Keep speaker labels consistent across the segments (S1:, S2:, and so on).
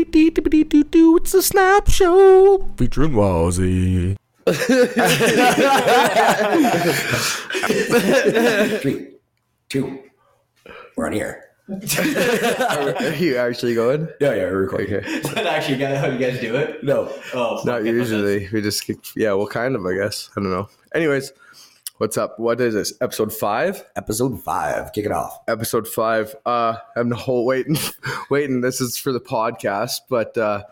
S1: It's a snap show featuring Wazzy.
S2: Three, two, we're on here.
S3: Are, are you actually going?
S2: Yeah, yeah, we're recording.
S3: Okay.
S4: Is that actually kinda how you guys do it?
S2: No,
S4: Oh,
S3: Not
S4: okay,
S3: usually. We just keep, yeah, well, kind of, I guess. I don't know. Anyways, what's up? What is this? Episode five?
S2: episode five, kick it off.
S3: Episode five. Uh, I'm the whole waiting, waiting. This is for the podcast, but uh,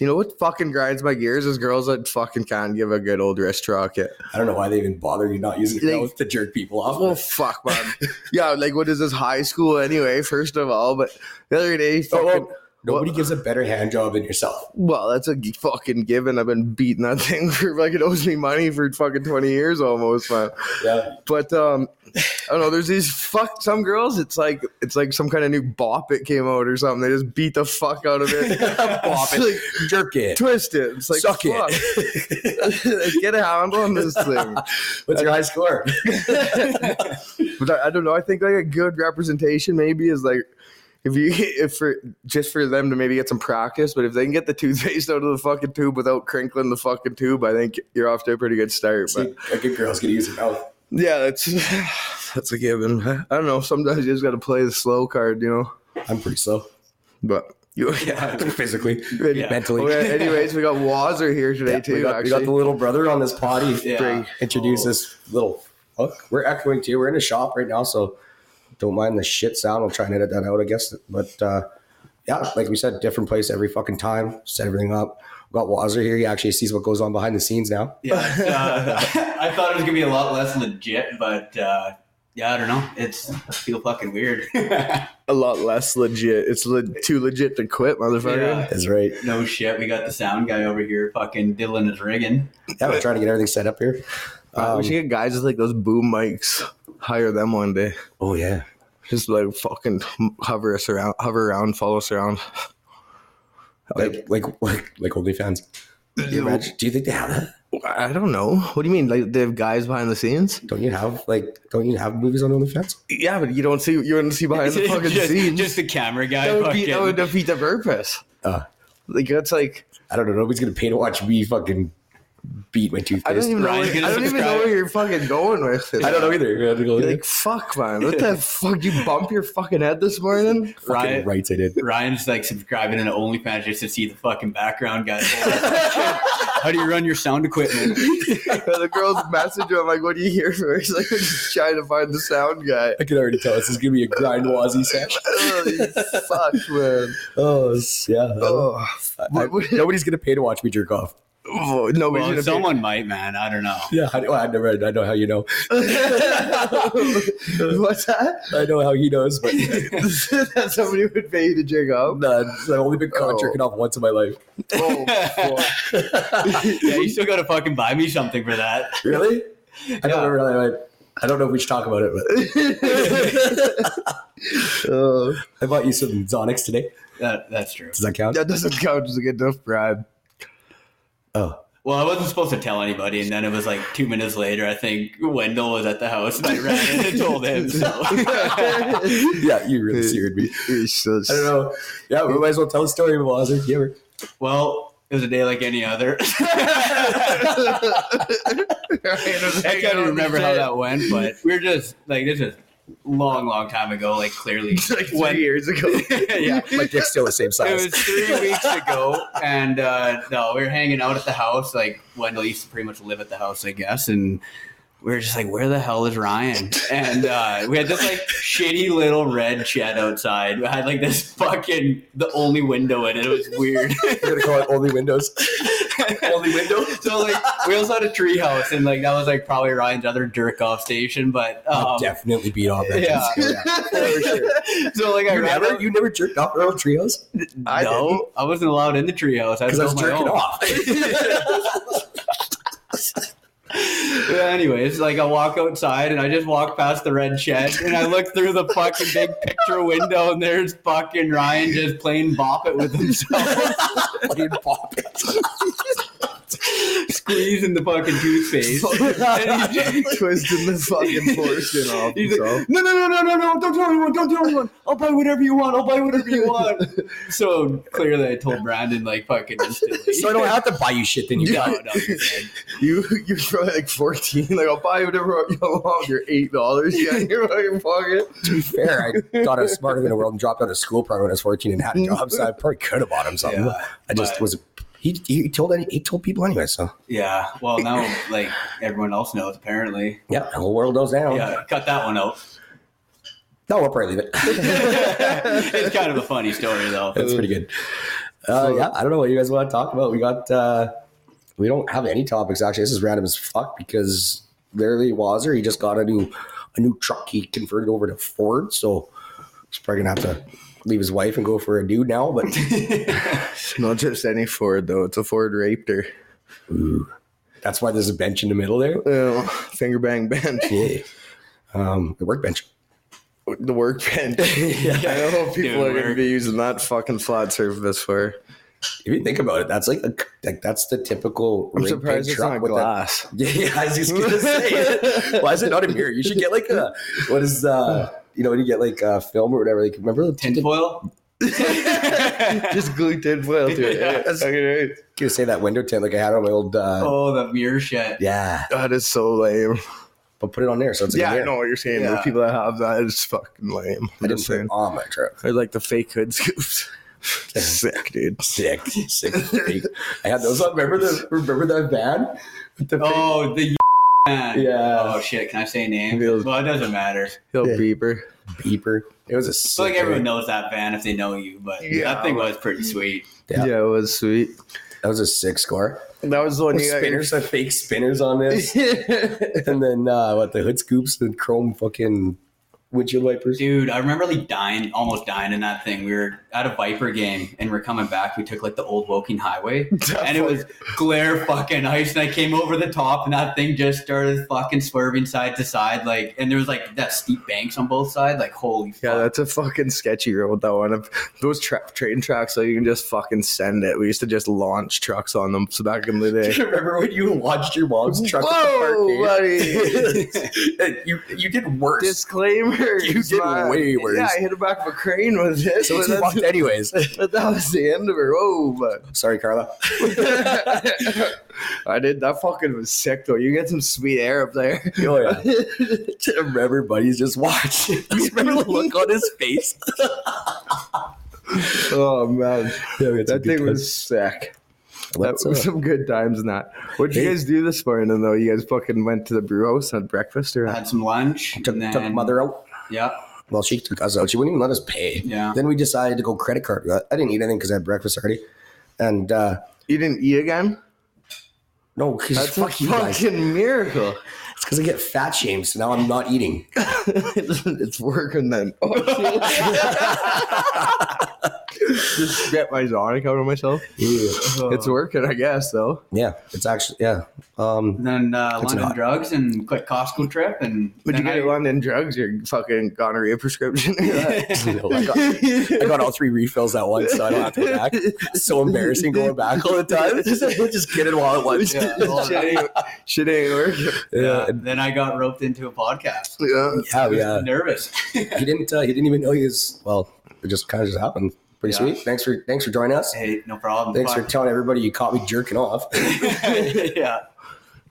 S3: you know what fucking grinds my gears is girls that fucking can't give a good old wrist rocket.
S2: I don't know why they even bother you not using your
S3: Like-
S2: mouth to jerk people off.
S3: Oh fuck, man. yeah, like what is this high school anyway? First of all, but the other day,
S2: Oh,
S3: fucking,
S2: well, nobody gives a better hand job than yourself.
S3: Well, that's a g- fucking given. I've been beating that thing for like it owes me money for fucking twenty years almost, man.
S2: Yeah,
S3: But um, I don't know. There's these fuck some girls. It's like it's like some kind of new bop it came out or something. They just beat the fuck out of it,
S2: Bop
S3: It's like,
S2: jerk it.
S3: twist it. It's like
S2: Suck
S3: fuck.
S2: it.
S3: Get a handle on this thing.
S2: What's your high score?
S3: But I, I don't know. I think like a good representation maybe is like. If you if for just for them to maybe get some practice, but if they can get the toothpaste out of the fucking tube without crinkling the fucking tube, I think you're off to a pretty good start. But
S2: See, a good girl's gonna use her mouth.
S3: Yeah, that's that's a given. I don't know. Sometimes you just got to play the slow card, you know.
S2: I'm pretty slow.
S3: But you, yeah.
S2: Physically,
S3: Yeah.
S2: mentally.
S3: Okay, anyways, we got Wazer here today
S2: Yeah,
S3: too.
S2: we, got, we
S3: actually,
S2: got the little brother on this potty.
S4: Yeah.
S2: Bring- Introduce this little. Look, we're echoing too. We're in a shop right now, so don't mind the shit sound. I'll try and edit that out, I guess. But uh, yeah, like we said, different place every fucking time. Set everything up. We got Wazzer here. He actually sees what goes on behind the scenes now.
S4: Yeah, uh, I thought it was gonna be a lot less legit, but uh, yeah, I don't know. It's I feel fucking weird.
S3: a lot less legit. It's le- too legit to quit, motherfucker.
S4: Yeah.
S2: That's right.
S4: no shit, we got the sound guy over here fucking diddling his rigging.
S2: Yeah, we're trying to get everything set up here.
S3: Uh,
S2: Um,
S3: we should get guys with like those boom mics. Hire them one day.
S2: oh yeah,
S3: Just like fucking hover us around, hover around, follow us around.
S2: like like like like OnlyFans. Can you imagine- Do you think they have that?
S3: I don't know. What do you mean? Like they have guys behind the scenes?
S2: Don't you have like don't you have movies on OnlyFans?
S3: Yeah, but you don't see. You don't see behind the fucking
S4: just,
S3: scenes.
S4: just the camera guy.
S3: that would
S4: fucking,
S3: be that would defeat the purpose.
S2: Uh,
S3: Like that's like
S2: I don't know. Nobody's gonna pay to watch me fucking beat my toothpaste.
S3: I don't even know.
S4: Ryan's
S3: Where,
S4: gonna
S3: I don't even know
S4: subscribe.
S3: where you're fucking going with it.
S2: I don't know either. We're gonna have to go
S3: You're
S2: there.
S3: like fuck, man. What the fuck? You bump your fucking head this morning?
S4: Ryan,
S2: rights I did.
S4: Ryan's like subscribing to OnlyFans just to see the fucking background guy. How do you run your sound equipment?
S3: the girls message him. I'm like, "What do you hear for?" He's like, "I'm just trying to find the sound guy."
S2: I can already tell this is gonna be a grind wazzy session.
S3: Holy fuck, man.
S2: Oh s- yeah.
S3: Oh,
S2: I- I- nobody's gonna pay to watch me jerk off.
S3: oh no, we
S4: Well,
S3: should
S4: someone might, man. I don't know.
S2: Yeah, I, know- I never. I know how you know.
S3: What's that?
S2: I know how he knows, but
S3: that somebody would pay you to jig up?
S2: nah, I've only been caught
S3: Oh.
S2: jerking off once in my life.
S3: Oh, fuck.
S4: Yeah, you still gotta fucking buy me something for that.
S2: Really? I
S4: Yeah.
S2: don't really. Like, I don't know if we should talk about it, but
S3: Oh,
S2: I bought you some Zonics today.
S4: That, that's true.
S2: Does that count?
S3: that doesn't count as a good enough bribe.
S2: Oh,
S4: Well, I wasn't supposed to tell anybody, and then it was like two minutes later. I think Wendell was at the house, and I ran in and told him. So.
S2: yeah, you really
S3: Hey.
S2: seared me.
S3: It's just-
S2: I don't know. Yeah, we might as well tell a story, Wazzy. You ever?
S4: well, it was a day like any other. I can't remember how that went, but we were just like this is long, long time ago. Like clearly,
S3: like three
S4: when-
S3: years ago.
S4: yeah.
S2: My dick's still the same
S4: It
S2: size.
S4: was three weeks ago, and uh, no, we were hanging out at the house. Like Wendell used to pretty much live at the house, I guess, and we were just like, "Where the hell is Ryan?" And uh, we had this like shitty little red shed outside. I had like this fucking the only window in it. It was weird.
S2: We're gonna call it only windows. only window.
S4: so like we also had a tree house, and like that was like probably Ryan's other jerk off station. But
S2: I
S4: um,
S2: definitely beat off. that.
S4: yeah.
S3: Oh,
S4: so like I
S2: You
S4: ran
S2: never,
S4: out-
S2: you never jerked off around trios
S3: I
S4: no,
S3: didn't.
S4: I wasn't allowed in the treehouse.
S2: because I was
S4: built my
S2: jerking
S4: own.
S2: off.
S4: Yeah, anyways, like I walk outside and I just walk past the red shed and I look through the fucking big picture window and there's fucking Ryan just playing bop it with himself.
S2: Fucking pop it.
S4: squeezing the fucking toothpaste. and he just,
S3: Twisting the fucking portion off
S4: He's
S3: himself.
S4: like, no, no, no, no, no, no! Don't tell anyone! Don't tell anyone! I'll buy whatever you want. I'll buy whatever you want. so clearly, I told Brandon like fucking instantly.
S2: So I don't have to buy you shit. Then you
S4: No,
S2: got
S4: no, you're good.
S3: You you're probably like fourteen. Like I'll buy whatever you want. You're eight dollars. Yeah, in your fucking pocket.
S2: to be fair, I thought I was smarter than the world and dropped out of school probably when I was 14 and had a job, so I probably could have bought him something.
S4: Yeah,
S2: I just
S4: but-
S2: was. He, he told any, he told people anyway, so
S4: Yeah. Well, now like everyone else knows apparently.
S2: yeah, the whole world knows now.
S4: Yeah, cut that one out.
S2: No, we'll probably leave it.
S4: it's kind of a funny story though.
S2: That's pretty good. Uh, yeah, I don't know what you guys want to talk about. We got uh, we don't have any topics actually. This is random as fuck because literally Wazer he just got a new a new truck. He converted over to Ford, so he's probably gonna have to leave his wife and go for a dude now. But
S3: It's not just any Ford though. It's a Ford Raptor.
S2: that's why there's a bench in the middle there.
S3: Oh, finger bang bench.
S2: Yeah. Um, the workbench.
S3: The workbench. I don't know if people
S4: Dude,
S3: are going to
S4: work.
S3: be using that fucking flat surface for.
S2: If you think about it, that's like a, like that's the typical.
S3: I'm
S2: rig
S3: surprised
S2: big
S3: it's
S2: truck
S3: not
S2: with that-
S3: glass.
S2: Yeah, yeah, I was just gonna say. Why is it not a mirror? You should get like a what is uh you know when you get like uh film or whatever. Like remember the tinted.
S4: Tinfoil.
S3: Just glue tinfoil to it.
S4: Yeah.
S3: Yeah, that's fucking right.
S2: You say that window tint like I had on my old. uh
S4: oh, the mirror shit.
S2: Yeah,
S3: That is so lame.
S2: but put it on there so it's like
S3: yeah,
S2: a
S3: I
S2: mirror.
S3: know what you're saying. The
S4: Yeah.
S3: people that have that is fucking lame.
S2: I
S3: I'm
S2: didn't
S3: just
S2: put it
S3: saying.
S2: on my truck.
S3: I like the fake hood scoops. Sick, dude.
S2: Sick, sick. freak. I had those. on- Remember the remember that van? With the fake-
S4: Oh, the man.
S2: Yeah.
S4: Oh shit! Can I say names?
S3: Feels-
S4: Well, it doesn't matter.
S3: Yo,
S2: Yeah.
S3: beeper.
S2: beeper. It was a
S4: It's
S2: sick.
S4: like everyone
S2: rig.
S4: knows that van if they know you, but
S3: Yeah.
S4: that thing was pretty sweet.
S2: Yeah.
S3: Yeah. it was sweet.
S2: That was a sick score.
S3: That was the one
S2: With
S3: you
S2: spinners, the fake spinners on this.
S3: got.
S2: and then uh, what the hood scoops, the chrome fucking windshield wipers.
S4: Dude, I remember like dying, almost dying in that thing. We were at a Viper game and we're coming back. We took like the old Woking Highway and it was glare fucking ice. And I came over the top and that thing just started fucking swerving side to side. Like, and there was like that steep banks on both sides. Like, holy
S3: Yeah,
S4: fuck.
S3: that's a fucking sketchy road. That one, If- those tra- train tracks, so you can just fucking send it. We used to just launch trucks on them. So back in the day,
S2: Remember when you watched your mom's truck
S3: Whoa,
S2: at
S3: buddy.
S2: the park? you you did worse.
S3: Disclaimer.
S2: You did way
S3: Yeah,
S2: worse.
S3: I hit the back of a crane with it.
S2: so
S3: but,
S2: you
S3: that's-
S2: walked anyways.
S3: but that was the end of it. Whoa, but
S2: Sorry, Carla. Oh,
S3: I did. That fucking was sick though. You get some sweet air up there.
S2: Oh yeah. remember, buddies, just watch. Just remember the look on his face.
S3: Oh man,
S2: Yeah, we had some
S3: that
S2: good uh,
S3: thing was sick.
S2: times.
S3: That
S2: What's
S3: was
S2: up?
S3: some good times in that. What'd you
S2: Hey.
S3: guys do this morning though? You guys fucking went to the brew house and had breakfast or?
S4: I had some lunch.
S2: Took,
S4: and then,
S2: took mother out.
S4: Yeah.
S2: Well, she took us out. She wouldn't even let us pay.
S4: Yeah.
S2: Then we decided to go credit card. Uh, I- I didn't eat anything because I had breakfast already, and uh,
S3: You didn't eat again?
S2: no, because
S3: That's
S2: fuck
S3: a
S2: you guys.
S3: fucking miracle.
S2: It's because I get fat shamed, so now I'm not eating.
S3: it's working then. Just get my Zonic out of myself. It's working, I guess, though.
S2: yeah, it's actually yeah. Um,
S4: And then uh,
S2: It's
S4: London
S2: not.
S4: drugs and quick Costco trip. And
S3: Would you
S4: then
S3: get
S4: I-
S3: London drugs or fucking gonorrhea prescription?
S2: no, I, got, I got all three refills at once, so I don't have to go back. It's so embarrassing going back all the time. Just, just get it all at once.
S4: Yeah, all
S3: shit, ain't, shit ain't working.
S4: Yeah.
S2: Yeah,
S4: uh, Then I got roped into a podcast.
S3: Yeah.
S2: yeah,
S4: I was
S2: yeah.
S4: nervous.
S2: He didn't. Uh, he didn't even know he was. Well, it just kind of just happened. Pretty
S4: Yeah.
S2: sweet. Thanks for thanks for joining us.
S4: hey, no problem.
S2: Thanks for
S4: Fuck.
S2: telling everybody you caught me jerking off.
S4: yeah.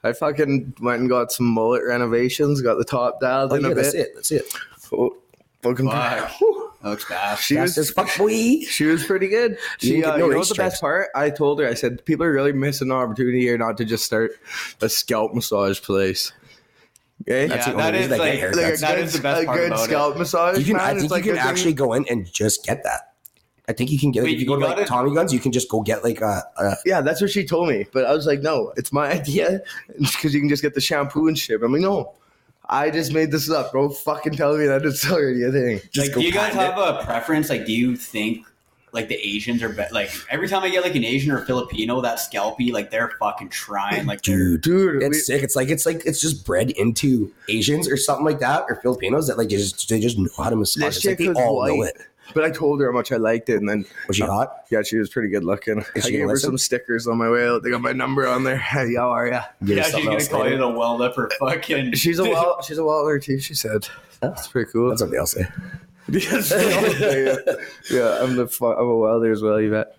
S3: I fucking went and got some mullet renovations, got the top dialed
S2: Oh,
S3: in a
S2: yeah,
S3: bit.
S2: that's it. That's it.
S3: Oh, fucking
S4: Fuck.
S3: Whew.
S4: That looks bad.
S3: She
S2: Fast
S3: was
S2: as fuck, boy.
S3: She was pretty good.
S2: You
S3: She,
S2: didn't
S3: uh,
S2: get no
S3: you
S2: race
S3: know what's the best
S2: stripes.
S3: part? I told her, I said, people are really missing an opportunity here not to just start a scalp massage place. Okay?
S4: That's
S2: the
S4: yeah,
S2: only
S4: that is
S2: reason I
S4: like,
S2: get haircuts.
S4: like that is the best
S3: a
S4: part
S3: good
S4: about
S3: scalp massage.
S2: You can,
S3: man,
S2: I
S3: it's
S2: think
S3: like
S2: you
S3: a
S2: can
S3: thing-
S2: actually go in and just get that. I think you can get like,
S4: Wait,
S2: if you go
S4: you
S2: to
S4: got
S2: like
S4: it?
S2: Tommy Guns, you can just go get like a, a
S3: Yeah, that's what she told me. But I was like, no, it's my idea because you can just get the shampoo and shit. I'm like, no, I just made this up, bro. Fucking tell me that it's already a thing.
S4: it. Like,
S2: go
S4: do you guys
S2: patent
S4: have a preference? Like, do you think like the Asians are better? Like, every time I get like an Asian or Filipino, that scalpy, like they're fucking trying. Like, they're-
S2: dude.
S3: Dude,
S2: It's
S3: we-
S2: sick. It's like it's like it's just bred into Asians or something like that, or Filipinos that like they just they just know how to massage.
S3: This
S2: It's like
S3: chick
S2: they
S3: was
S2: all know
S3: white.
S2: it.
S3: But I told her how much I liked it, and then
S2: Was she hot?
S3: yeah, she was pretty good looking. I
S2: she
S3: gave her
S2: listen?
S3: some stickers on my way out. They got my number on there. Hey, how are ya?
S2: Give her
S4: yeah, she's
S2: something
S4: gonna
S2: else
S4: call
S2: later.
S4: you the weld up or fucking.
S3: She's a wall. She's a waller too. She said that's pretty cool.
S2: That's what they'll say.
S3: yeah, yeah, I'm the fu- I'm a welder as well, you bet.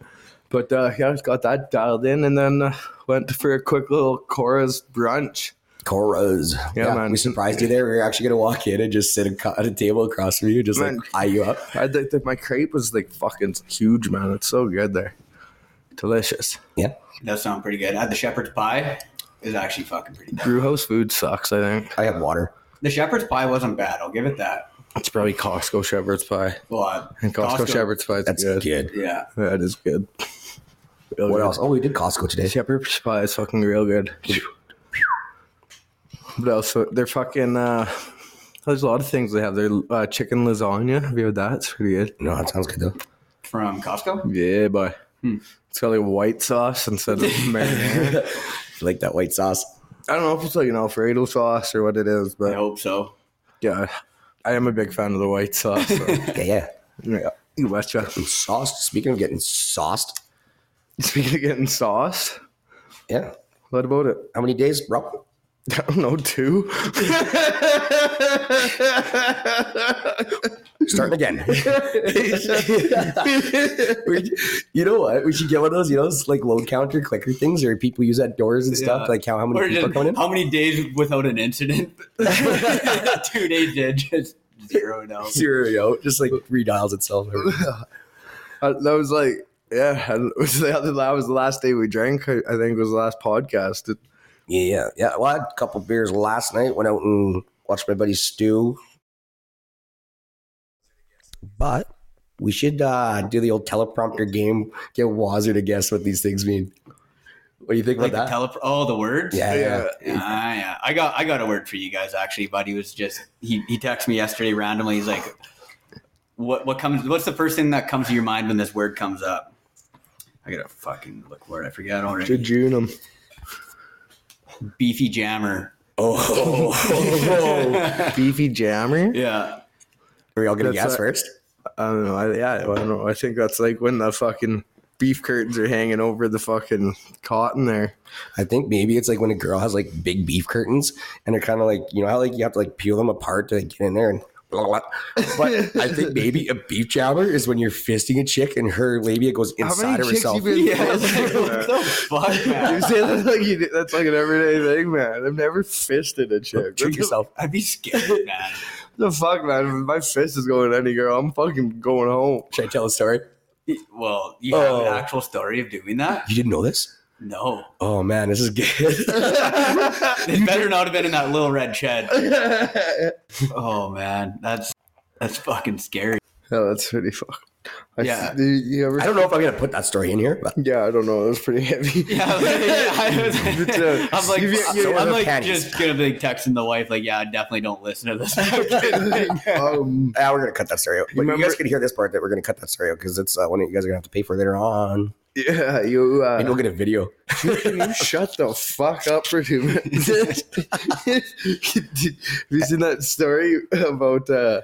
S3: But uh, yeah, I just got that dialed in, and then uh, went for a quick little Cora's brunch.
S2: Coros.
S3: Yeah, man.
S2: We surprised you there. We were actually gonna walk in and just sit ac- at a table across from you, just
S3: Man.
S2: like eye you up.
S3: I think that my crepe was like fucking huge, man. It's so good there, delicious.
S2: Yeah.
S4: That sound pretty good. I had the shepherd's pie. Is actually fucking pretty. Good.
S3: Brew house food sucks. I think
S2: I have water.
S4: The shepherd's pie wasn't bad. I'll give it that.
S3: it's probably Costco shepherd's pie.
S4: Well, uh,
S3: And Costco, shepherd's pie is
S2: That's
S3: good.
S2: good.
S4: Yeah,
S3: That is good. Real
S2: What
S3: good.
S2: else? Oh, we did Costco today.
S3: Shepherd's pie is fucking real good. What else? They're fucking. Uh, there's a lot of things they have. Their uh, chicken lasagna. Have you had that? It's pretty good.
S2: No, that sounds good though.
S4: from Costco.
S3: Yeah, boy. It's got like white sauce instead of marinara.
S2: You like that white sauce?
S3: I don't know if it's like an Alfredo sauce or what it is,
S4: I
S3: but
S4: hope so.
S3: yeah, I am a big fan of the white sauce. So.
S2: Yeah, yeah.
S3: yeah, you betcha.
S2: Sauced. Speaking of getting sauced,
S3: Speaking of getting sauce,
S2: yeah.
S3: what about it?
S2: How many days, bro?
S3: I don't know, two.
S2: Starting again. We- you know what? We should get one of those, you know, those, like load counter clicker things, or people use at doors and stuff,
S4: Yeah.
S2: to, like count how many
S4: Or
S2: people are
S4: just,
S2: coming in.
S4: how many days without an incident? Two days did just zeroed out.
S2: Zero, yo. Just like redials itself.
S3: I, that was like, yeah, I, it was the other- that was the last day we drank. I, I think was the last podcast. It-
S2: Yeah, yeah, yeah. Well, I had a couple beers last night. Went out and watched my buddy Stu. But we should uh, do the old teleprompter game. Get Wazzer to guess what these things mean. What do you think
S4: Like the
S2: about that?
S4: tele- oh, the words.
S2: yeah, yeah.
S4: Ah, yeah. I got I got a word for you guys actually, but he was just he he texted me yesterday randomly. He's like, "What what comes? What's the first thing that comes to your mind when this word comes up?" I gotta fucking look for it. I forgot already.
S3: Jejunum.
S4: Beefy jammer.
S2: Oh,
S3: Beefy jammer.
S4: Yeah.
S2: are we all gonna
S3: That's
S2: guess
S3: a-
S2: first?
S3: I don't know. I, yeah, I don't know. I think that's like when the fucking beef curtains are hanging over the fucking cotton there.
S2: I think maybe it's like when a girl has like big beef curtains and they're kind of like you know how like you have to like peel them apart to like, get in there and blah blah. But I think maybe a beef jabber is when you're fisting a chick and her labia goes inside of herself.
S4: Yeah. I was like, what the fuck,
S3: you
S4: man?
S3: say that like you do, that's like an everyday thing, man. I've never fisted a chick.
S2: Treat
S3: What
S2: yourself.
S4: I'd be scared, man.
S3: the fuck, man? If my fist is going to any girl, I'm fucking going home.
S2: Should I tell a story?
S4: Well, you have
S2: Oh.
S4: an actual story of doing that?
S2: You didn't know this?
S4: No.
S2: Oh man, this is good.
S4: It better not have been in that little red shed. Oh man, that's that's fucking scary.
S3: Oh, that's pretty fuck. I,
S4: Yeah.
S3: You, you ever,
S2: I don't know if I'm gonna put that story in here, but
S3: yeah, I don't know. It was pretty heavy.
S4: Yeah, I was,
S3: It's, uh,
S4: I'm like,
S3: you- you-
S4: I'm,
S2: you-
S4: like
S2: panties.
S4: just gonna be texting the wife, like, yeah, I definitely don't listen to this. fucking-
S3: um,
S2: ah, we're gonna cut that story out. But you
S3: remember-
S2: guys can hear this part that we're gonna cut that story out because it's uh, one that you guys are gonna have to pay for later on.
S3: yeah, you. Uh,
S2: Maybe we'll get a video.
S3: Can you shut the fuck up for two minutes? Have you seen that story about uh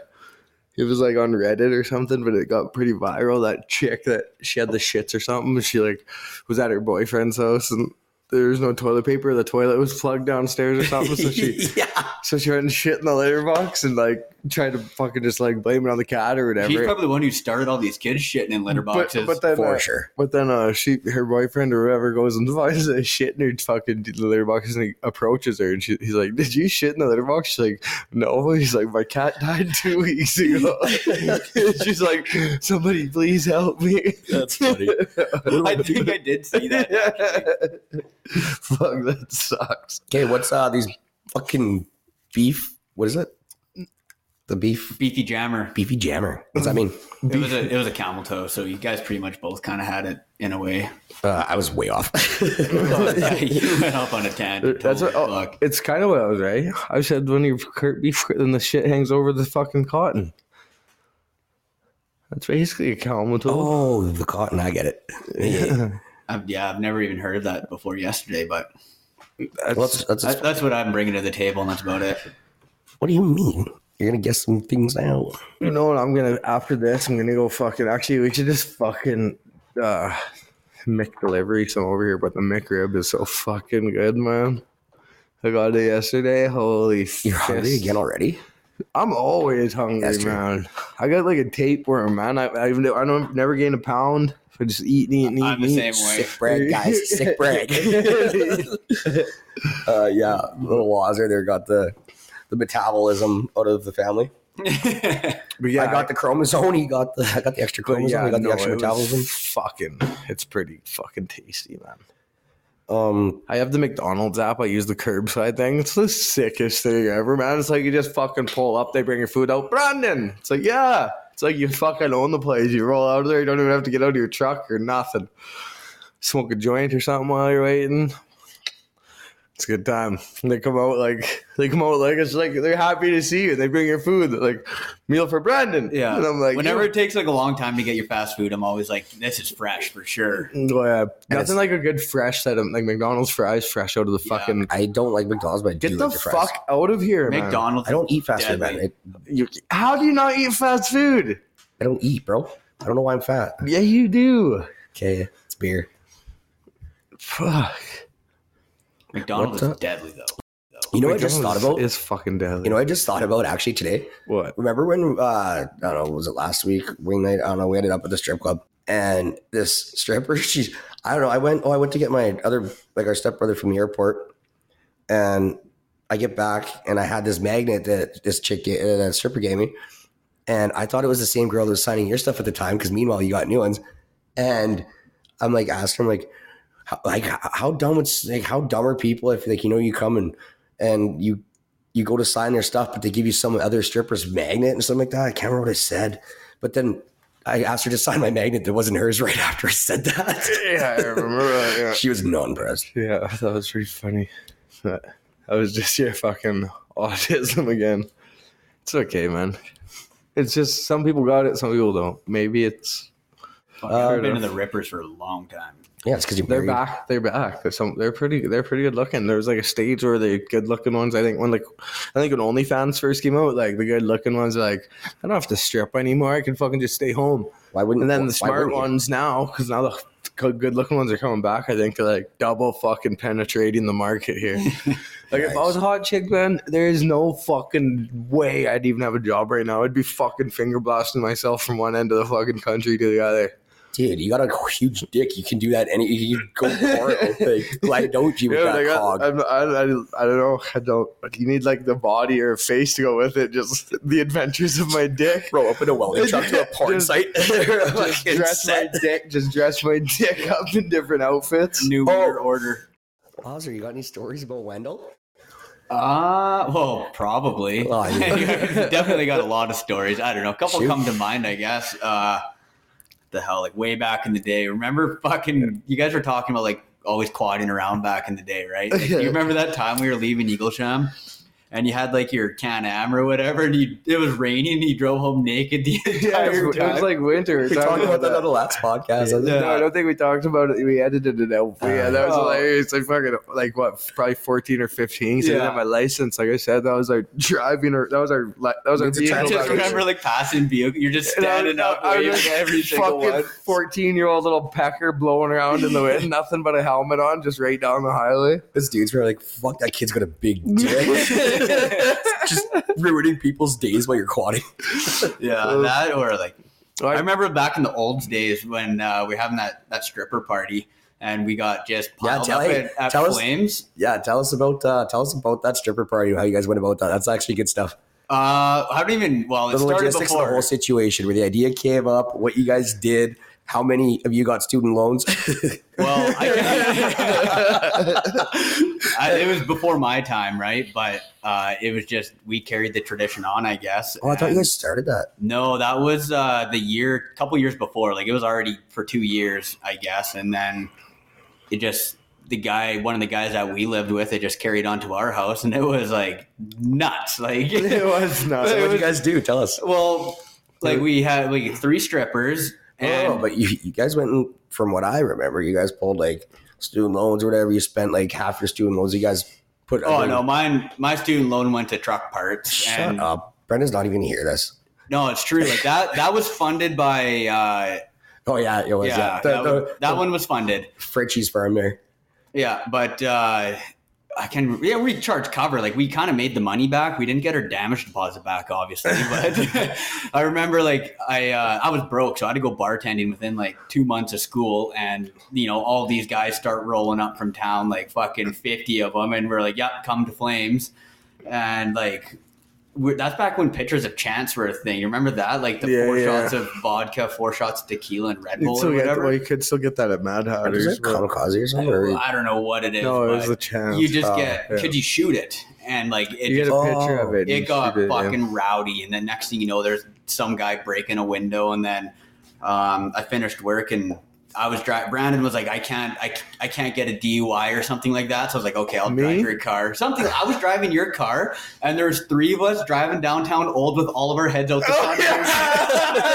S3: it was like on Reddit or something, but it got pretty viral. That chick that she had the shits or something. She like was at her boyfriend's house and there was no toilet paper. The toilet was plugged downstairs or something. So she
S2: yeah.
S3: so she went and shit in the litter box and like tried to fucking just like blame it on the cat or whatever.
S4: She's probably the one who started all these kids shitting in litter
S3: but,
S4: boxes.
S3: but then
S2: For
S3: uh,
S2: sure.
S3: but then uh, she, her boyfriend or whoever goes and finds a shit in her fucking litter box and he approaches her and she, he's like, "Did you shit in the litter box?" She's like, "No." He's like, "My cat died two weeks ago." She's like, "Somebody please help me."
S2: That's funny.
S4: I think I did see that.
S3: Fuck, that sucks.
S2: Okay, what's uh these fucking beef? What is it? The beef
S4: Beefy jammer.
S2: beefy jammer. What's that mean?
S4: It was a it was a camel toe, so you guys pretty much both kind of had it in a way.
S2: Uh, I was way off.
S4: yeah, you went off on a tangent.
S3: That's what.
S4: Holy
S3: Oh,
S4: fuck.
S3: it's kind of what I was right. I said when your curt beef then the shit hangs over the fucking cotton. That's basically a comatose.
S2: oh, the cotton. I get it.
S4: I've, yeah, I've never even heard of that before yesterday, but
S2: Well, that's, that's,
S4: that, that's what I'm bringing to the table, and that's about it.
S2: what do you mean? You're gonna guess some things now.
S3: You know what? I'm gonna after this. I'm gonna go fucking. Actually, we should just fucking uh, Mick delivery some over here. But the Mick rib is so fucking good, man. I got it yesterday. Holy
S2: You're hungry
S3: fist.
S2: again already?
S3: I'm always hungry,
S2: That's true.
S3: man. I got like a tapeworm, man. I I, even, I don't never gain a pound. I just eat, eat, eat.
S4: I'm the same way.
S2: Sick brag, guys. Sick brag. uh, yeah, little Wazzer there got the the metabolism out of the family.
S3: But yeah,
S2: I got the chromosome. He got the I got the extra
S3: but
S2: chromosome.
S3: yeah,
S2: I got
S3: no,
S2: the extra
S3: it was
S2: metabolism.
S3: Fucking, it's pretty fucking tasty, man.
S2: Um,
S3: I have the McDonald's app. I use the curbside thing. It's the sickest thing ever, man. It's like you just fucking pull up. They bring your food out. Brandon. It's like yeah. It's like you fucking own the place. You roll out of there. You don't even have to get out of your truck or nothing. Smoke a joint or something while you're waiting. It's a good time. And They come out like they come out like it's like they're happy to see you. They bring your food. They're like meal for Brandon.
S4: Yeah.
S3: And I'm like
S4: Whenever it takes like a long time to get your fast food, I'm always like, this is fresh for sure.
S3: Oh, yeah.
S2: it's-
S3: Nothing like a good fresh set of like McDonald's fries fresh out of the
S4: Yeah.
S3: fucking.
S2: I don't like McDonald's, but I do
S3: Get the
S2: like their fries.
S3: fuck out of here, man.
S4: McDonald's.
S2: I don't eat fast food, man.
S4: Deadly.
S2: It,
S3: You, how do you not eat fast food?
S2: I don't eat, bro. I don't know why I'm fat.
S3: Yeah, you do.
S2: Okay, it's beer.
S3: Fuck.
S4: McDonald's
S2: What's
S4: is deadly though.
S2: You know what I just thought about?
S3: It's fucking deadly.
S2: You know, what I just thought about actually today.
S3: what?
S2: Remember when uh I don't know, was it last week, wing night? I don't know, we ended up at the strip club and this stripper, she's I don't know, I went oh, I went to get my other like our stepbrother from the airport and I get back and I had this magnet that this chick ga- uh, that stripper gave me. And I thought it was the same girl that was signing your stuff at the time, because meanwhile you got new ones. And I'm like asked her, I'm like, how, like h- how dumb it's like how dumb are people if like you know you come and and you you go to sign their stuff, but they give you some other stripper's magnet and something like that. I can't remember what I said, but then I asked her to sign my magnet that wasn't hers right after I said that.
S3: Yeah, I remember that.
S2: She was not impressed.
S3: Yeah, yeah that was pretty funny. That that was just your fucking autism again. It's okay, man. It's just some people got it, some people don't. Maybe it's
S4: Fuck, I've
S3: fair
S4: been to
S3: enough.
S4: the Rippers for a long time.
S2: Yeah, it's because you
S3: they're
S2: married.
S3: back. They're back. There's some. They're pretty. They're pretty good looking. There was like a stage where the good looking ones. I think when like, I think when OnlyFans first came out, like the good looking ones, are like I don't have to strip anymore. I can fucking just stay home.
S2: Why wouldn't?
S3: And then
S2: why
S3: the smart
S2: wouldn't you?
S3: ones now, because now the good looking ones are coming back. I think they're like double fucking penetrating the market here. like if I was a hot chick, man, there is no fucking way I'd even have a job right now. I'd be fucking finger blasting myself from one end of the fucking country to the other.
S2: dude, you got a huge dick. You can do that. Any you can go porno thing. Why don't you with
S3: Yeah,
S2: that
S3: like, I,
S2: cog?
S3: I'm- I, I, I don't know. I don't. But you need like the body or face to go with it. Just the adventures of my dick.
S2: Bro, up in a welding truck to a porn
S3: Just-
S2: site.
S3: Just
S2: Fucking
S3: dress my
S2: set.
S3: dick. Just dress my dick up in different outfits.
S4: New weird order.
S2: Ozzer, you got any stories about Wendell?
S4: Uh, well, probably.
S3: Oh,
S2: Well, I mean-
S4: Definitely got a lot of stories. I don't know. A couple
S2: Shoot.
S4: come to mind, I guess. Uh, the hell, like way back in the day. Remember, fucking, you guys were talking about like always quadding around back in the day, right? Like, do you remember that time we were leaving Eaglesham? And you had like your Can Am or whatever, and you, it was raining, and you drove home naked the
S3: Yeah,
S4: entire
S3: it was, it
S4: time.
S3: was like winter.
S2: We talked about that on the last podcast.
S4: Yeah.
S3: No, I don't think we talked about it. We edited it out. But yeah, that was
S4: Oh.
S3: hilarious. I fucking like what, probably fourteen or fifteen. So I didn't
S4: Yeah.
S3: have my license. Like I said, that was our driving. Or that was our. li- That was our.
S2: It's a
S4: I
S3: vehicle
S2: traffic
S4: just
S3: violation.
S4: remember like passing vehicle. You're just
S3: And I was-
S4: standing up,
S3: I was
S4: waiting
S3: like,
S4: for every single one.
S3: fucking fourteen-year-old little pecker blowing around in the wind, nothing but a helmet on, just right down the highway.
S2: This dude's really like, fuck, that kid's got a big dick. Just ruining people's days while you're quadding.
S4: Yeah,
S3: Ugh.
S4: that or like I
S3: Like,
S4: remember back in the old days when uh, we were having that, that stripper party and we got just
S2: Yeah,
S4: piled
S2: tell-
S4: up
S2: hey,
S4: at, at
S2: tell us-
S4: flames.
S2: Yeah, tell us about uh, tell us about that stripper party. How you guys went about that? That's actually good stuff.
S4: Uh, I don't even. Well, it
S2: The
S4: started
S2: logistics of
S4: before.
S2: the whole situation, where the idea came up, what you guys did, how many of you got student loans.
S4: Well, I, I, it was before my time, right? But uh, it was just we carried the tradition on, I guess.
S2: oh, I thought you
S4: And-
S2: guys started that.
S4: No, that was uh, the year, couple years before. Like it was already for two years, I guess, and then it just the guy, one of the guys that we lived with, it just carried on to our house, and it was like nuts. Like
S3: it was not.
S2: So
S4: Uh,
S2: what
S4: It
S2: did you
S4: was-
S2: guys do? Tell us.
S4: well, like we had like three strippers, and
S2: oh, but you, you guys went and, from what I remember, you guys pulled like student loans or whatever. You spent like half your student loans. You guys put.
S4: oh no, mine my student loan went to truck parts,
S2: Shut
S4: and
S2: up. Brendan's not even here. This.
S4: No, it's true. Like that that was funded by uh
S2: Oh yeah, it was. Yeah,
S4: yeah,
S2: The,
S4: that,
S2: the,
S4: was- that one was funded.
S2: Frenchie's farm there.
S4: Yeah, but uh I can yeah, we charged cover. Like we kind of made the money back. We didn't get our damage deposit back, obviously. But I remember like I uh, I was broke, so I had to go bartending within like two months of school, and you know all these guys start rolling up from town, like fucking fifty of them, and we're like, "Yep, come to Flames," and like. We're, that's back when pitchers of chance were a thing. You remember that, like the
S3: Yeah,
S4: four
S3: yeah.
S4: shots of vodka, four shots of tequila, and Red Bull,
S3: Still
S4: or
S3: get-
S4: whatever.
S3: well, you could still get that at Mad
S2: Is
S3: Hatters.
S2: it
S3: but-
S2: kamikaze or something? Or,
S4: I don't know what it is.
S3: No, it was
S4: but-
S3: the chance.
S4: you just
S2: Oh,
S4: get
S3: yeah.
S4: could you shoot it and like it
S3: you get
S4: just,
S3: a picture of it. and you
S4: it got
S3: shoot yeah.
S4: fucking rowdy and then next thing you know there's some guy breaking a window and then um, i finished work and i was driving brandon was like i can't I, I can't get a dui or something like that so i was like okay i'll
S3: Me?
S4: drive your car something i was driving your car and there's three of us driving downtown old with all of our heads out the
S3: Oh,
S4: window.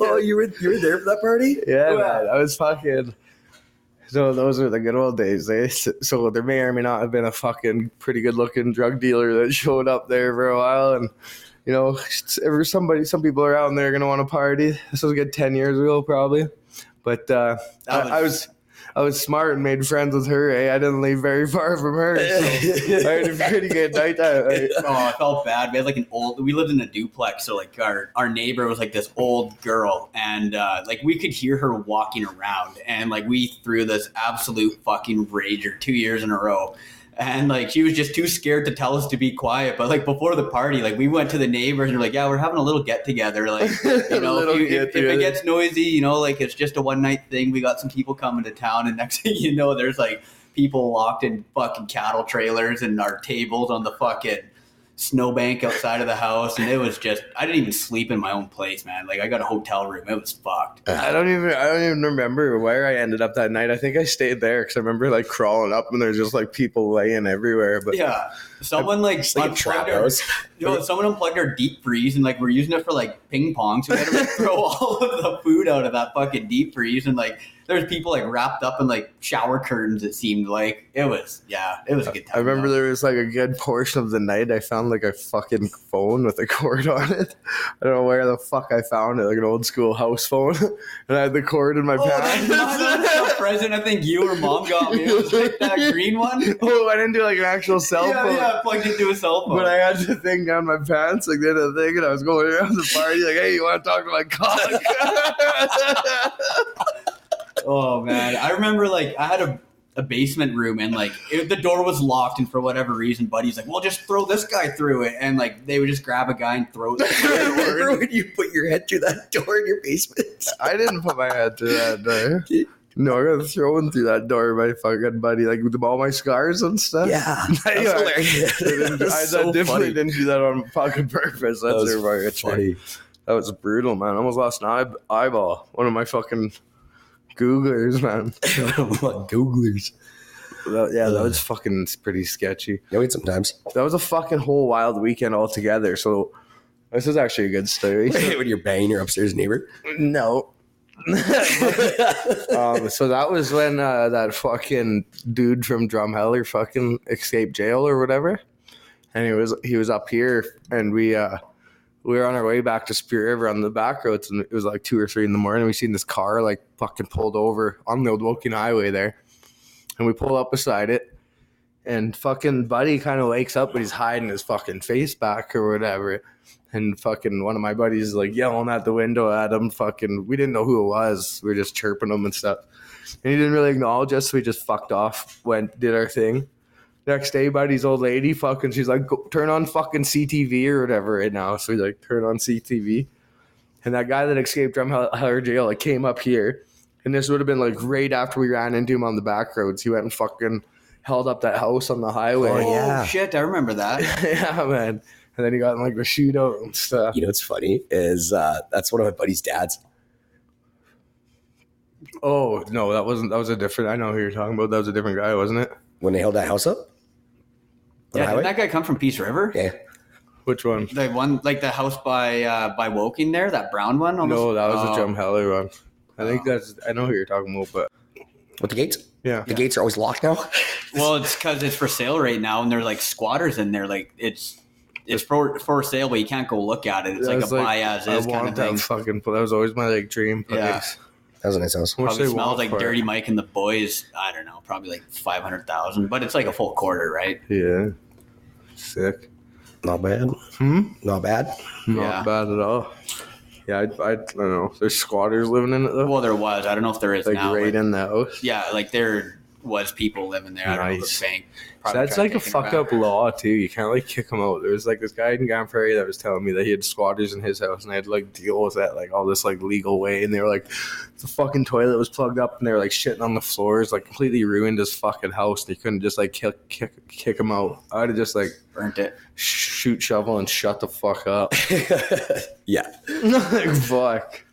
S2: oh, you were you were there for that party?
S3: Yeah, man, I was fucking. So those are the good old days. They so there may or may not have been a fucking pretty good looking drug dealer that showed up there for a while, and you know, ever somebody, some people around there are gonna want to party. This was a good ten years ago, probably. But uh, I,
S4: That
S3: I was I was smart and made friends with her. Eh? I didn't leave very far from her. So I had a pretty good night. That night.
S4: Oh, I felt bad. We had like an old. We lived in a duplex, so like our our neighbor was like this old girl, and uh, like we could hear her walking around, and like we threw this absolute fucking rager two years in a row. And like she was just too scared to tell us to be quiet. But like before the party, like we went to the neighbors and we're like, yeah, we're having a little get together. Like, you know, if,
S3: Little
S4: you, if, if
S3: get-together.
S4: it gets noisy, you know, like it's just a one night thing. We got some people coming to town, and next thing you know, there's like people locked in fucking cattle trailers and our tables on the fucking snowbank outside of the house and it was just I didn't even sleep in my own place, man. Like I got a hotel room. It was fucked.
S3: I don't even I don't even remember where I ended up that night. I think I stayed there because I remember like crawling up and there's just like people laying everywhere. But
S4: Yeah. Someone like,
S2: Like
S4: unplugged
S2: trap
S4: our,
S2: house.
S4: yo, someone unplugged our deep freeze and like we're using it for like ping pong. So we had to like, throw all of the food out of that fucking deep freeze and like there's people like wrapped up in like shower curtains, it seemed like. It was yeah, it was a good time.
S3: I remember
S4: though.
S3: there was like a good portion of the night I found like a fucking phone with a cord on it. I don't know where the fuck I found it, like an old school house phone, and I had the cord in my
S4: Oh, that's not- that's
S3: pants.
S4: the present I think you or mom got me. It was like that green one.
S3: oh, I didn't do like an actual cell
S4: yeah,
S3: phone.
S4: yeah, plugged into a cell phone.
S3: But I had the thing down my pants, like did a thing, and I was going around the party, like, "Hey, you want to talk to my cock?"
S4: Oh man, I remember like I had a, a basement room and like it, the door was locked and for whatever reason, Buddy's like, "Well, just throw this guy through it," and like they would just grab a guy and throw. It
S2: Remember when you put your head through that door in your basement?
S3: I didn't put my head through that door. No, I got thrown through that door, by my fucking buddy, like with all my scars and stuff.
S2: Yeah, that's
S3: Yeah.
S2: hilarious.
S3: I, didn't,
S2: That's
S3: I
S2: so
S3: definitely
S2: funny.
S3: didn't do that on fucking purpose.
S2: That was
S3: That's that was
S2: funny.
S3: That was brutal, man. I almost lost an eye- eyeball. One of my fucking Googlers, man.
S2: What Googlers?
S3: That- yeah, that was fucking pretty sketchy.
S2: You know, it sometimes.
S3: That was a fucking whole wild weekend altogether. So this is actually a good story.
S2: when you're banging your upstairs neighbor.
S3: no. um, so that was when uh, that fucking dude from Drumheller fucking escaped jail or whatever, and he was he was up here, and we uh, we were on our way back to Spirit River on the back roads, and it was like two or three in the morning. We seen this car like fucking pulled over on the old Woking Highway there, and we pull up beside it, and fucking buddy kind of wakes up, but he's hiding his fucking face back or whatever. And fucking one of my buddies is like yelling at the window at him. Fucking, we didn't know who it was. We were just chirping him and stuff. And he didn't really acknowledge us, so we just fucked off, went, did our thing. Next day, buddy's old lady fucking, she's like, Go, turn on fucking CTV or whatever right now. So we like, turn on CTV. And that guy that escaped from Hell- Heller Jail like, came up here. And this would have been like right after we ran into him on the back roads. He went and fucking held up that house on the highway.
S2: Oh, yeah.
S4: shit, I remember that.
S3: yeah, man. And then he got in like the shootout and stuff.
S2: You know what's funny is uh, that's one of my buddy's dads.
S3: Oh no, that wasn't. That was a different. I know who you're talking about. That was a different guy, wasn't it?
S2: When they held that house up, the
S4: Yeah,
S2: highway?
S4: did that guy come from Peace River?
S2: yeah,
S3: Which one?
S4: The one, like the house by uh, by Woking there, that brown one. Almost?
S3: No, that was a
S4: Oh.
S3: Jim Heller one. I think that's. I know who you're talking about, but
S2: with the gates.
S3: yeah,
S2: The gates are always locked now.
S4: Well, it's because it's for sale right now, and there's like squatters in there. Like it's it's for for sale, but you can't go look at it. It's
S3: I
S4: like
S3: was
S4: a buy as
S3: I
S4: is kind of
S3: want
S4: thing.
S3: that fucking. pla- That was always my like dream place.
S4: Yeah.
S2: That was a nice house.
S3: How much
S4: Probably
S3: they
S4: smells
S3: want
S4: like
S3: for it?
S4: Dirty Mike and the boys. I don't know, probably like five hundred thousand, but it's like a full quarter, right?
S3: Yeah. Sick.
S2: Not bad.
S3: Hmm.
S2: Not bad.
S3: Not
S4: Yeah.
S3: bad at all. Yeah, I, I, I don't know. There's squatters living in it though.
S4: Well, there was. I don't know if there is
S3: like
S4: now. but-
S3: right in the house.
S4: yeah, like there was people living there. I don't know
S3: Nice.
S4: the bank.
S3: So
S4: probably
S3: that's
S4: tried
S3: like a
S4: taking it
S3: fuck
S4: back.
S3: up law too. You can't like kick them out. There was like this guy in Grand Prairie that was telling me that he had squatters in his house, and I had to like deal with that like all this like legal way. And they were like, the fucking toilet was plugged up, and they were like shitting on the floors, like completely ruined his fucking house. They couldn't just like kick kick kick him out. I'd have just like
S4: Burnt it.
S3: shoot shovel and shut the fuck up.
S2: yeah.
S3: like fuck.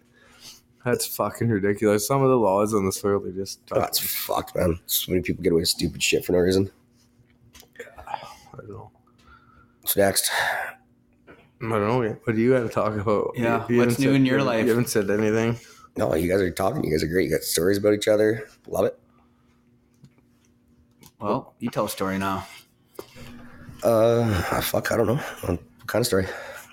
S3: That's fucking ridiculous. Some of the laws in this world are just
S2: That's Oh, fucked, man. So many people get away with stupid shit for no reason.
S3: I don't know.
S2: What's next?
S3: I don't know. yet. What do you got to talk about?
S4: Yeah,
S3: You- you
S4: what's
S3: haven't
S4: new
S3: said-
S4: in
S3: you
S4: your
S3: haven't-
S4: life?
S3: You haven't said anything.
S2: No, you guys are talking. You guys are great. You got stories about each other. Love it.
S4: Well, you tell a story now.
S2: Uh, ah, fuck. I don't know. What kind of story?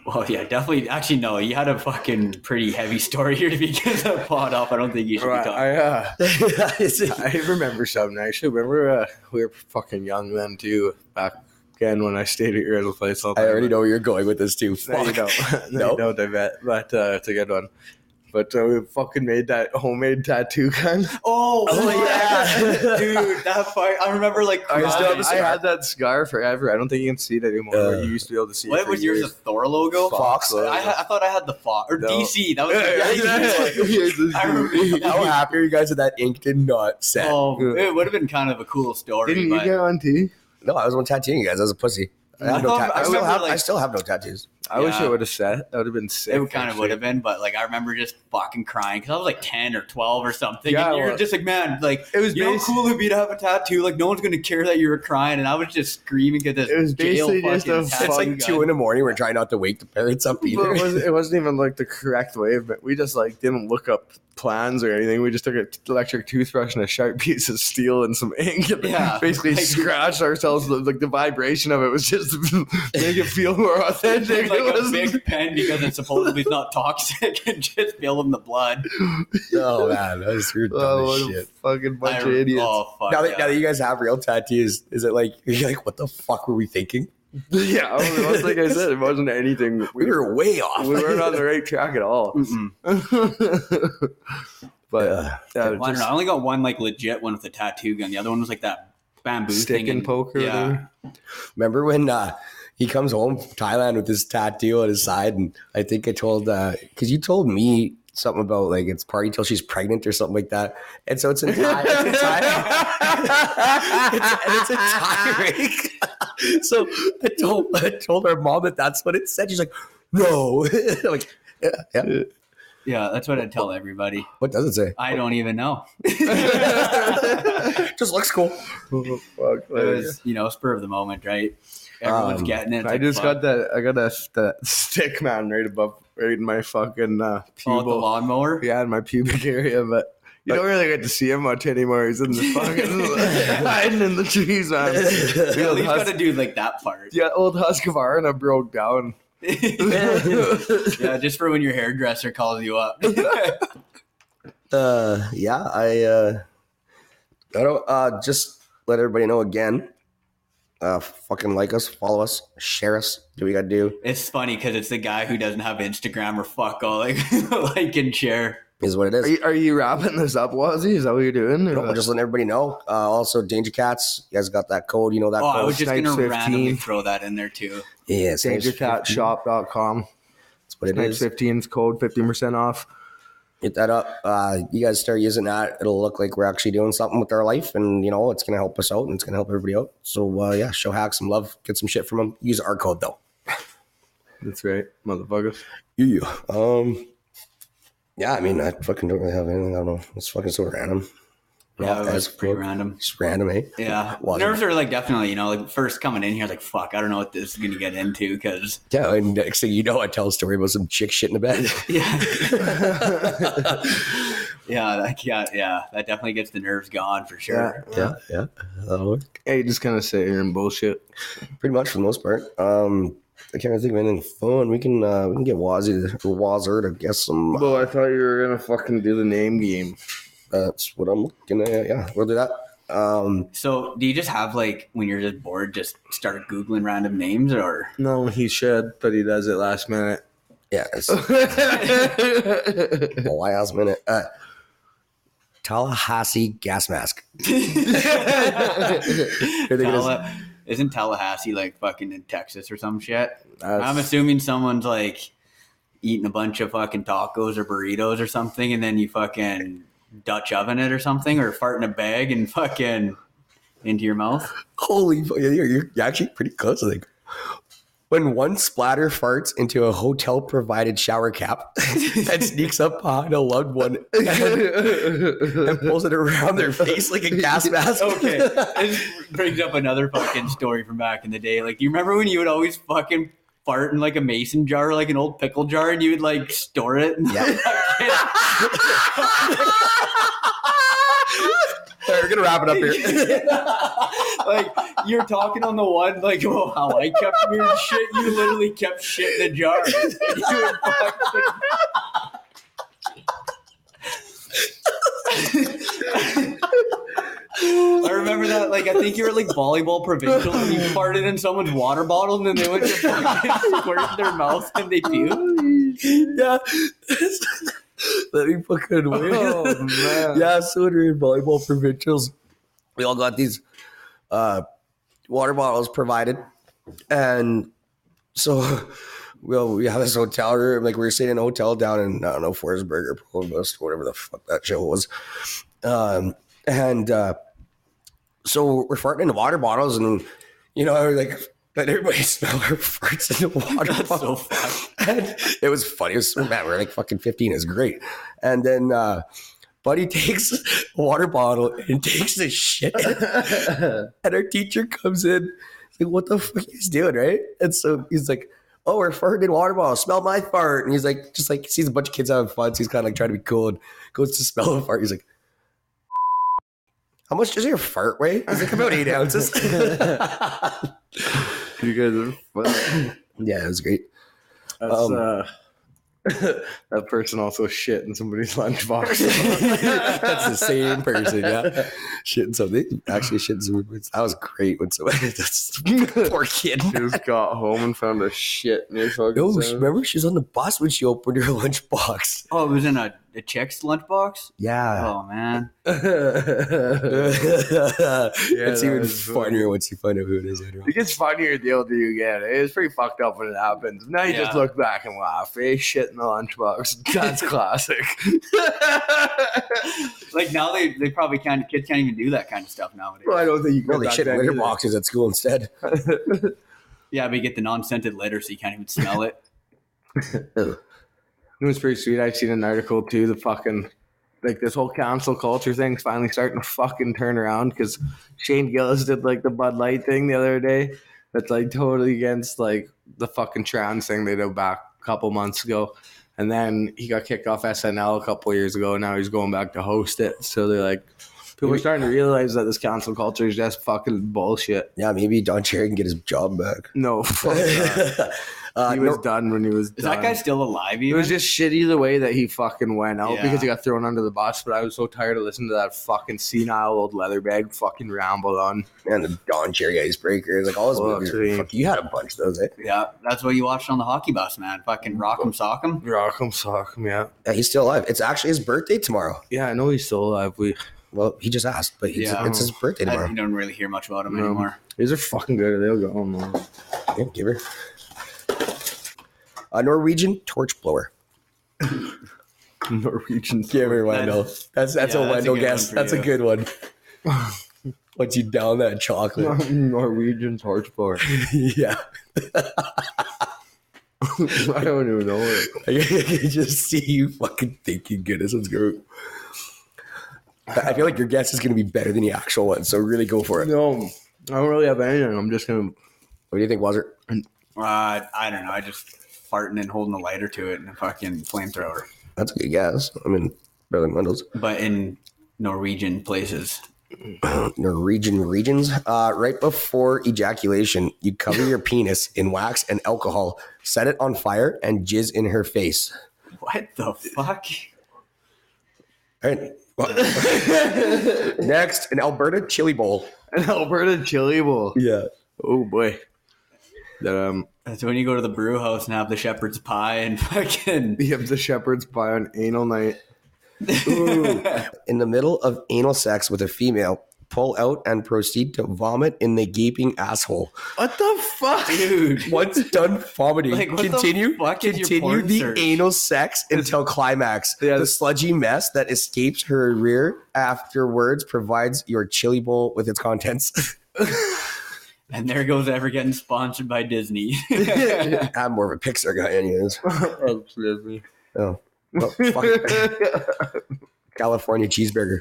S4: Well, yeah, definitely. Actually, no, you had a fucking pretty heavy story here to begin the pod off. I don't think you should be
S3: Right,
S4: talking.
S3: I, uh,
S2: Is it-
S3: I remember something actually. Remember uh, we were fucking young then too. Back again when I stayed at your little place. All the
S2: I
S3: time.
S2: already know where you're going with this too.
S3: No, you
S2: Fuck.
S3: don't. no,
S2: Nope.
S3: you don't. I bet. But uh, it's a good one. But uh, we fucking made that homemade tattoo gun.
S4: Oh,
S3: yeah.
S4: dude, that fight. I remember like
S3: I,
S4: crying.
S3: still- I had that scar forever. I don't think you can see it anymore.
S2: Uh,
S3: you used to be able to see it.
S4: what
S3: for
S4: was yours? The
S3: years.
S4: Thor logo.
S3: Fox
S4: I,
S3: logo.
S4: had, I thought I had the Fox or
S3: No.
S4: DC. That was.
S3: Yeah,
S4: the
S3: yeah, yeah.
S4: I remember
S2: How happy are you guys with that ink did not set?
S4: Oh, it would have been kind of a cool story.
S3: Didn't you
S4: but
S3: get one too?
S2: No, I was one tattooing you guys. I was a pussy. I, had
S4: I
S2: no
S4: thought-
S2: tat-
S4: I
S2: I, still
S4: remember,
S2: have, I
S4: like-
S2: still have no tattoos.
S3: I wish
S4: Yeah.
S3: it would have set. That would have been sick.
S4: It kind of
S3: actually.
S4: would have been, but like I remember just fucking crying because I was like ten or twelve or something,
S3: Yeah,
S4: and
S3: it
S4: you're
S3: was.
S4: just like, man, like
S3: It was
S4: you know, how
S3: basi-
S4: cool it'd be to have a tattoo. Like no one's gonna care that you were crying, and I was just screaming at this.
S3: It was
S4: jail
S3: basically just
S4: fucking
S3: a
S4: tattoo
S2: It's
S4: gun.
S2: like two in the morning. We're trying not to wake the parents up
S3: Well,
S2: either.
S3: it, wasn't, it wasn't even like the correct way, but we just like didn't look up plans or anything. We just took an electric toothbrush and a sharp piece of steel and some ink, and
S4: Yeah.
S3: basically
S4: Like-
S3: scratched ourselves. Like the vibration of it was just make it feel more
S4: It's
S3: authentic.
S4: like
S3: it
S4: a
S3: was
S4: big pen because it's supposedly not toxic and just fill in the blood.
S2: oh man, that was you're dumb
S3: oh,
S2: as
S3: what a
S2: shit.
S3: fucking bunch
S4: I-
S3: of idiots.
S4: Oh, fuck,
S2: Now that,
S4: yeah.
S2: now that you guys have real tattoos, is it like you're like, what the fuck were we thinking?
S3: Yeah, I was- I was- like I said, it wasn't anything.
S2: We were way off.
S3: we weren't on the right track at all.
S4: Mm-mm.
S3: but
S2: Yeah.
S3: yeah,
S4: Well, I, don't know. I only got one like legit one with a tattoo gun. The other one was like that bamboo
S3: just stick
S4: thing
S3: and poker.
S4: Yeah,
S3: there.
S2: Remember when uh, he comes home from Thailand with his tattoo on his side, and I think I told because you told me something about like it's party till she's pregnant or something like that, and so it's in Thai. It's in Thai. it's, and it's in Thai right? so I told I told our mom that that's what it said. She's like, no, I'm like. Yeah, yeah.
S4: yeah, that's what I tell everybody.
S2: What does it say?
S4: I don't even know.
S2: Just looks cool.
S3: Oh, fuck,
S4: It was, you know, spur of the moment, right? Everyone's
S2: Um,
S4: getting it. It's
S3: I
S4: like,
S3: just got
S4: fuck.
S3: that. I got that, that stick man right above, right in my fucking uh,
S4: Oh, the
S3: pubal.
S4: lawnmower.
S3: yeah, in my pubic area, but you don't really get to see him much anymore. He's in the fucking hiding in the trees, man. The
S4: At
S3: old
S4: least
S3: hus-
S4: gotta do like that part.
S3: yeah, old Husqvarna broke down.
S4: yeah, just for when your hairdresser calls you up.
S2: uh yeah i uh i don't uh just let everybody know again uh fucking like us follow us share us do what you gotta do
S4: it's funny because it's the guy who doesn't have Instagram or fuck all like like and share.
S2: is what it is
S3: Are you, are you wrapping this up, Wazzy? Is that what you're doing? or
S2: No,
S3: what?
S2: just letting everybody know uh also danger cats you guys got that code you know that
S4: Oh, I
S2: code
S4: was just
S3: Snipes
S4: gonna
S3: 15.
S4: randomly throw that in there too.
S2: yeah same shit.
S3: DangerCatShop.com.
S2: that's what it
S3: Snipes
S2: is
S3: 15 is code, 15% off.
S2: get that up uh you guys start using that it'll look like we're actually doing something with our life and you know it's gonna help us out and it's gonna help everybody out so uh yeah show hacks some love get some shit from them use our code though
S3: That's right, motherfuckers.
S2: Yeah. Um. Yeah, I mean, I fucking don't really have anything. I don't know. It's fucking so random.
S4: Yeah, it
S2: As
S4: was pretty
S2: fuck.
S4: random.
S2: It's random, eh?
S4: Yeah,
S2: Wasn't.
S4: nerves are like definitely you know like first coming in here like fuck I don't know what this is gonna get into because
S2: Yeah, and next thing you know, I tell a story about some chick shit in the bed.
S4: yeah yeah that yeah yeah that definitely gets the nerves gone for sure.
S2: yeah, yeah. That'll work.
S3: Hey, just kind of sit here and bullshit.
S2: Pretty much for the most part. Um, I can't really think of anything fun. We can uh, we can get Wazzy to, or Wazzer to guess Um, some.
S3: Well, I thought you were gonna fucking do the name game.
S2: That's what I'm looking at. Yeah, we'll do that. Um,
S4: So, do you just have like when you're just bored, just start googling random names, or
S3: No, he should, but he does it last minute.
S2: yeah, it's the last minute. Uh, Tallahassee gas mask. it is-
S4: Tala- isn't Tallahassee like fucking in Texas or some shit? I'm assuming someone's like eating a bunch of fucking tacos or burritos or something, and then you fucking Dutch oven it or something, or fart in a bag and fucking into your mouth.
S2: Holy, fu- you're, you're actually pretty close. I think. When one splatter farts into a hotel provided shower cap that sneaks up behind a loved one and pulls it around their face like a gas mask.
S4: Okay, this brings up another fucking story from back in the day. Like, you remember when you would always fucking fart in like a mason jar, like an old pickle jar, and you would like store it? And
S2: Yeah. Sorry, we're gonna wrap it up here.
S4: like you're talking on the one, like oh how I kept weird shit. You literally kept shit in a jar. You would fucking- I remember that. Like I think you were like volleyball provincial, and you farted in someone's water bottle, and then they went to fucking squirt in their mouth, and they puked.
S2: yeah. Let me fucking win.
S3: Oh, man.
S2: yeah, so when we were in volleyball provincials, we all got these uh, water bottles provided, and so well, we have this hotel room. Like we were staying in a hotel down in I don't know Forsberg or Provost, whatever the fuck that show was, um, and uh, so we're farting in the water bottles, and you know, I was like. Let everybody smell our farts in the water
S4: That's so
S2: bottle.
S4: fucked.
S2: And it was funny. It was so bad. We are like fucking 15. It was great. And then uh, Buddy takes a water bottle and takes the shit. and our teacher comes in, he's like, what the fuck he's doing, right? And so he's like, Oh, we're farting in water bottle. Smell my fart. And he's like, just like sees a bunch of kids having fun. So he's kind of like trying to be cool and goes to smell the fart. He's like, How much does your fart weigh? He's like, About eight ounces.
S3: You guys are funny.
S2: yeah, it was great.
S3: That's,
S2: Um,
S3: uh, that person also shit in somebody's lunchbox.
S2: That's the same person, yeah. Shitting something. Actually, shitting some words. That was great when somebody. That's poor kid.
S3: Just got home and found a shit near fucking.
S2: No, she-
S3: sandwich.
S2: remember she was on the bus when she opened her lunchbox.
S4: Oh, it was in a, a chick's lunchbox.
S2: Yeah.
S4: Oh man.
S2: it's
S3: that
S2: even
S3: was
S2: funnier
S3: funny.
S2: once you find out who it is later on.
S3: It gets funnier the older you get. It's pretty fucked up when it happens. Now you just
S4: Yeah.
S3: look back and laugh. Hey, shit in the lunchbox. That's classic.
S4: Like now they, they probably can't kids can't even do that kind of stuff nowadays.
S3: well, I don't think you can.
S2: No, they
S3: back
S2: shit in
S3: then
S2: litter
S3: either.
S2: boxes at school instead.
S4: Yeah, but you get the non scented litter so you can't even smell it.
S3: It was pretty sweet. I seen an article too. The fucking like this whole council culture thing's finally starting to fucking turn around because Shane Gillis did like the Bud Light thing the other day. That's like totally against like the fucking trans thing they did back a couple months ago. And then he got kicked off SNL a couple years ago. And now he's going back to host it. So they're like, people are starting to realize that this council culture is just fucking bullshit.
S2: Yeah, maybe Don Cherry can get his job back.
S3: No, fuck that.
S2: Uh,
S3: he was
S2: no-
S3: done when he was
S4: Is
S3: done.
S4: that guy still alive
S3: It
S4: even?
S3: was just shit either way that he fucking went out
S4: Yeah.
S3: because he got thrown under the bus. But I was so tired of listening to that fucking senile old leatherbag fucking ramble on.
S2: man, the Don Cherry icebreakers, like all his
S3: Fuck
S2: movies.
S3: me.
S2: Were, fuck, you had a bunch of those, eh?
S4: yeah, that's what you watched on the hockey bus, man. Fucking rock'em sock'em.
S3: Rock'em sock'em, yeah.
S2: Yeah, he's still alive. It's actually his birthday tomorrow.
S3: Yeah, I know he's still alive. We
S2: Well, he just asked, but he's,
S4: Yeah.
S3: um,
S2: it's his birthday
S4: I
S2: tomorrow.
S4: you don't really hear much about him
S3: No.
S4: anymore.
S3: these are fucking good. They'll go home. man.
S2: Yeah, give her. A Norwegian torch blower.
S3: Norwegian.
S2: Give her
S4: Wendell.
S2: That's that's
S4: yeah, that's a good one for you.
S2: good one. Once you down that chocolate,
S3: Norwegian torch bar.
S2: yeah,
S3: I don't even know it.
S2: I can just see you fucking thinking, "Goodness, let's go." I I feel like your guess is going to be better than the actual one, so really go for it.
S3: No, I don't really have anything. I'm just gonna.
S2: What do you think, Wazzer?
S4: Uh, I don't know. I just farting and holding a lighter to it and a fucking flamethrower.
S2: That's a good guess. I mean, better than Wendell's.
S4: But in Norwegian places.
S2: Norwegian regions. Uh, right before ejaculation, you cover your penis in wax and alcohol, set it on fire, and jizz in her face.
S4: What the fuck?
S2: All right. Well- Next, an Alberta chili bowl.
S3: An Alberta chili bowl.
S2: Yeah.
S3: Oh boy. That um
S4: That's when you go to the brew house and have the shepherd's pie and fucking.
S3: you have the shepherd's pie on anal night.
S2: Ooh. in the middle of anal sex with a female, pull out and proceed to vomit in the gaping asshole.
S3: What the fuck?
S4: Dude.
S2: Once done vomiting,
S4: Like, what the
S2: continue
S4: fuck is your
S2: continue
S4: porn
S2: the
S4: search?
S2: anal sex until climax.
S3: Yeah.
S2: The sludgy mess that escapes her rear afterwards provides your chili bowl with its contents.
S4: And there goes ever getting sponsored by Disney.
S2: I'm more of a Pixar guy, anyways.
S3: Excuse me.
S2: Oh, well, fuck it. California cheeseburger.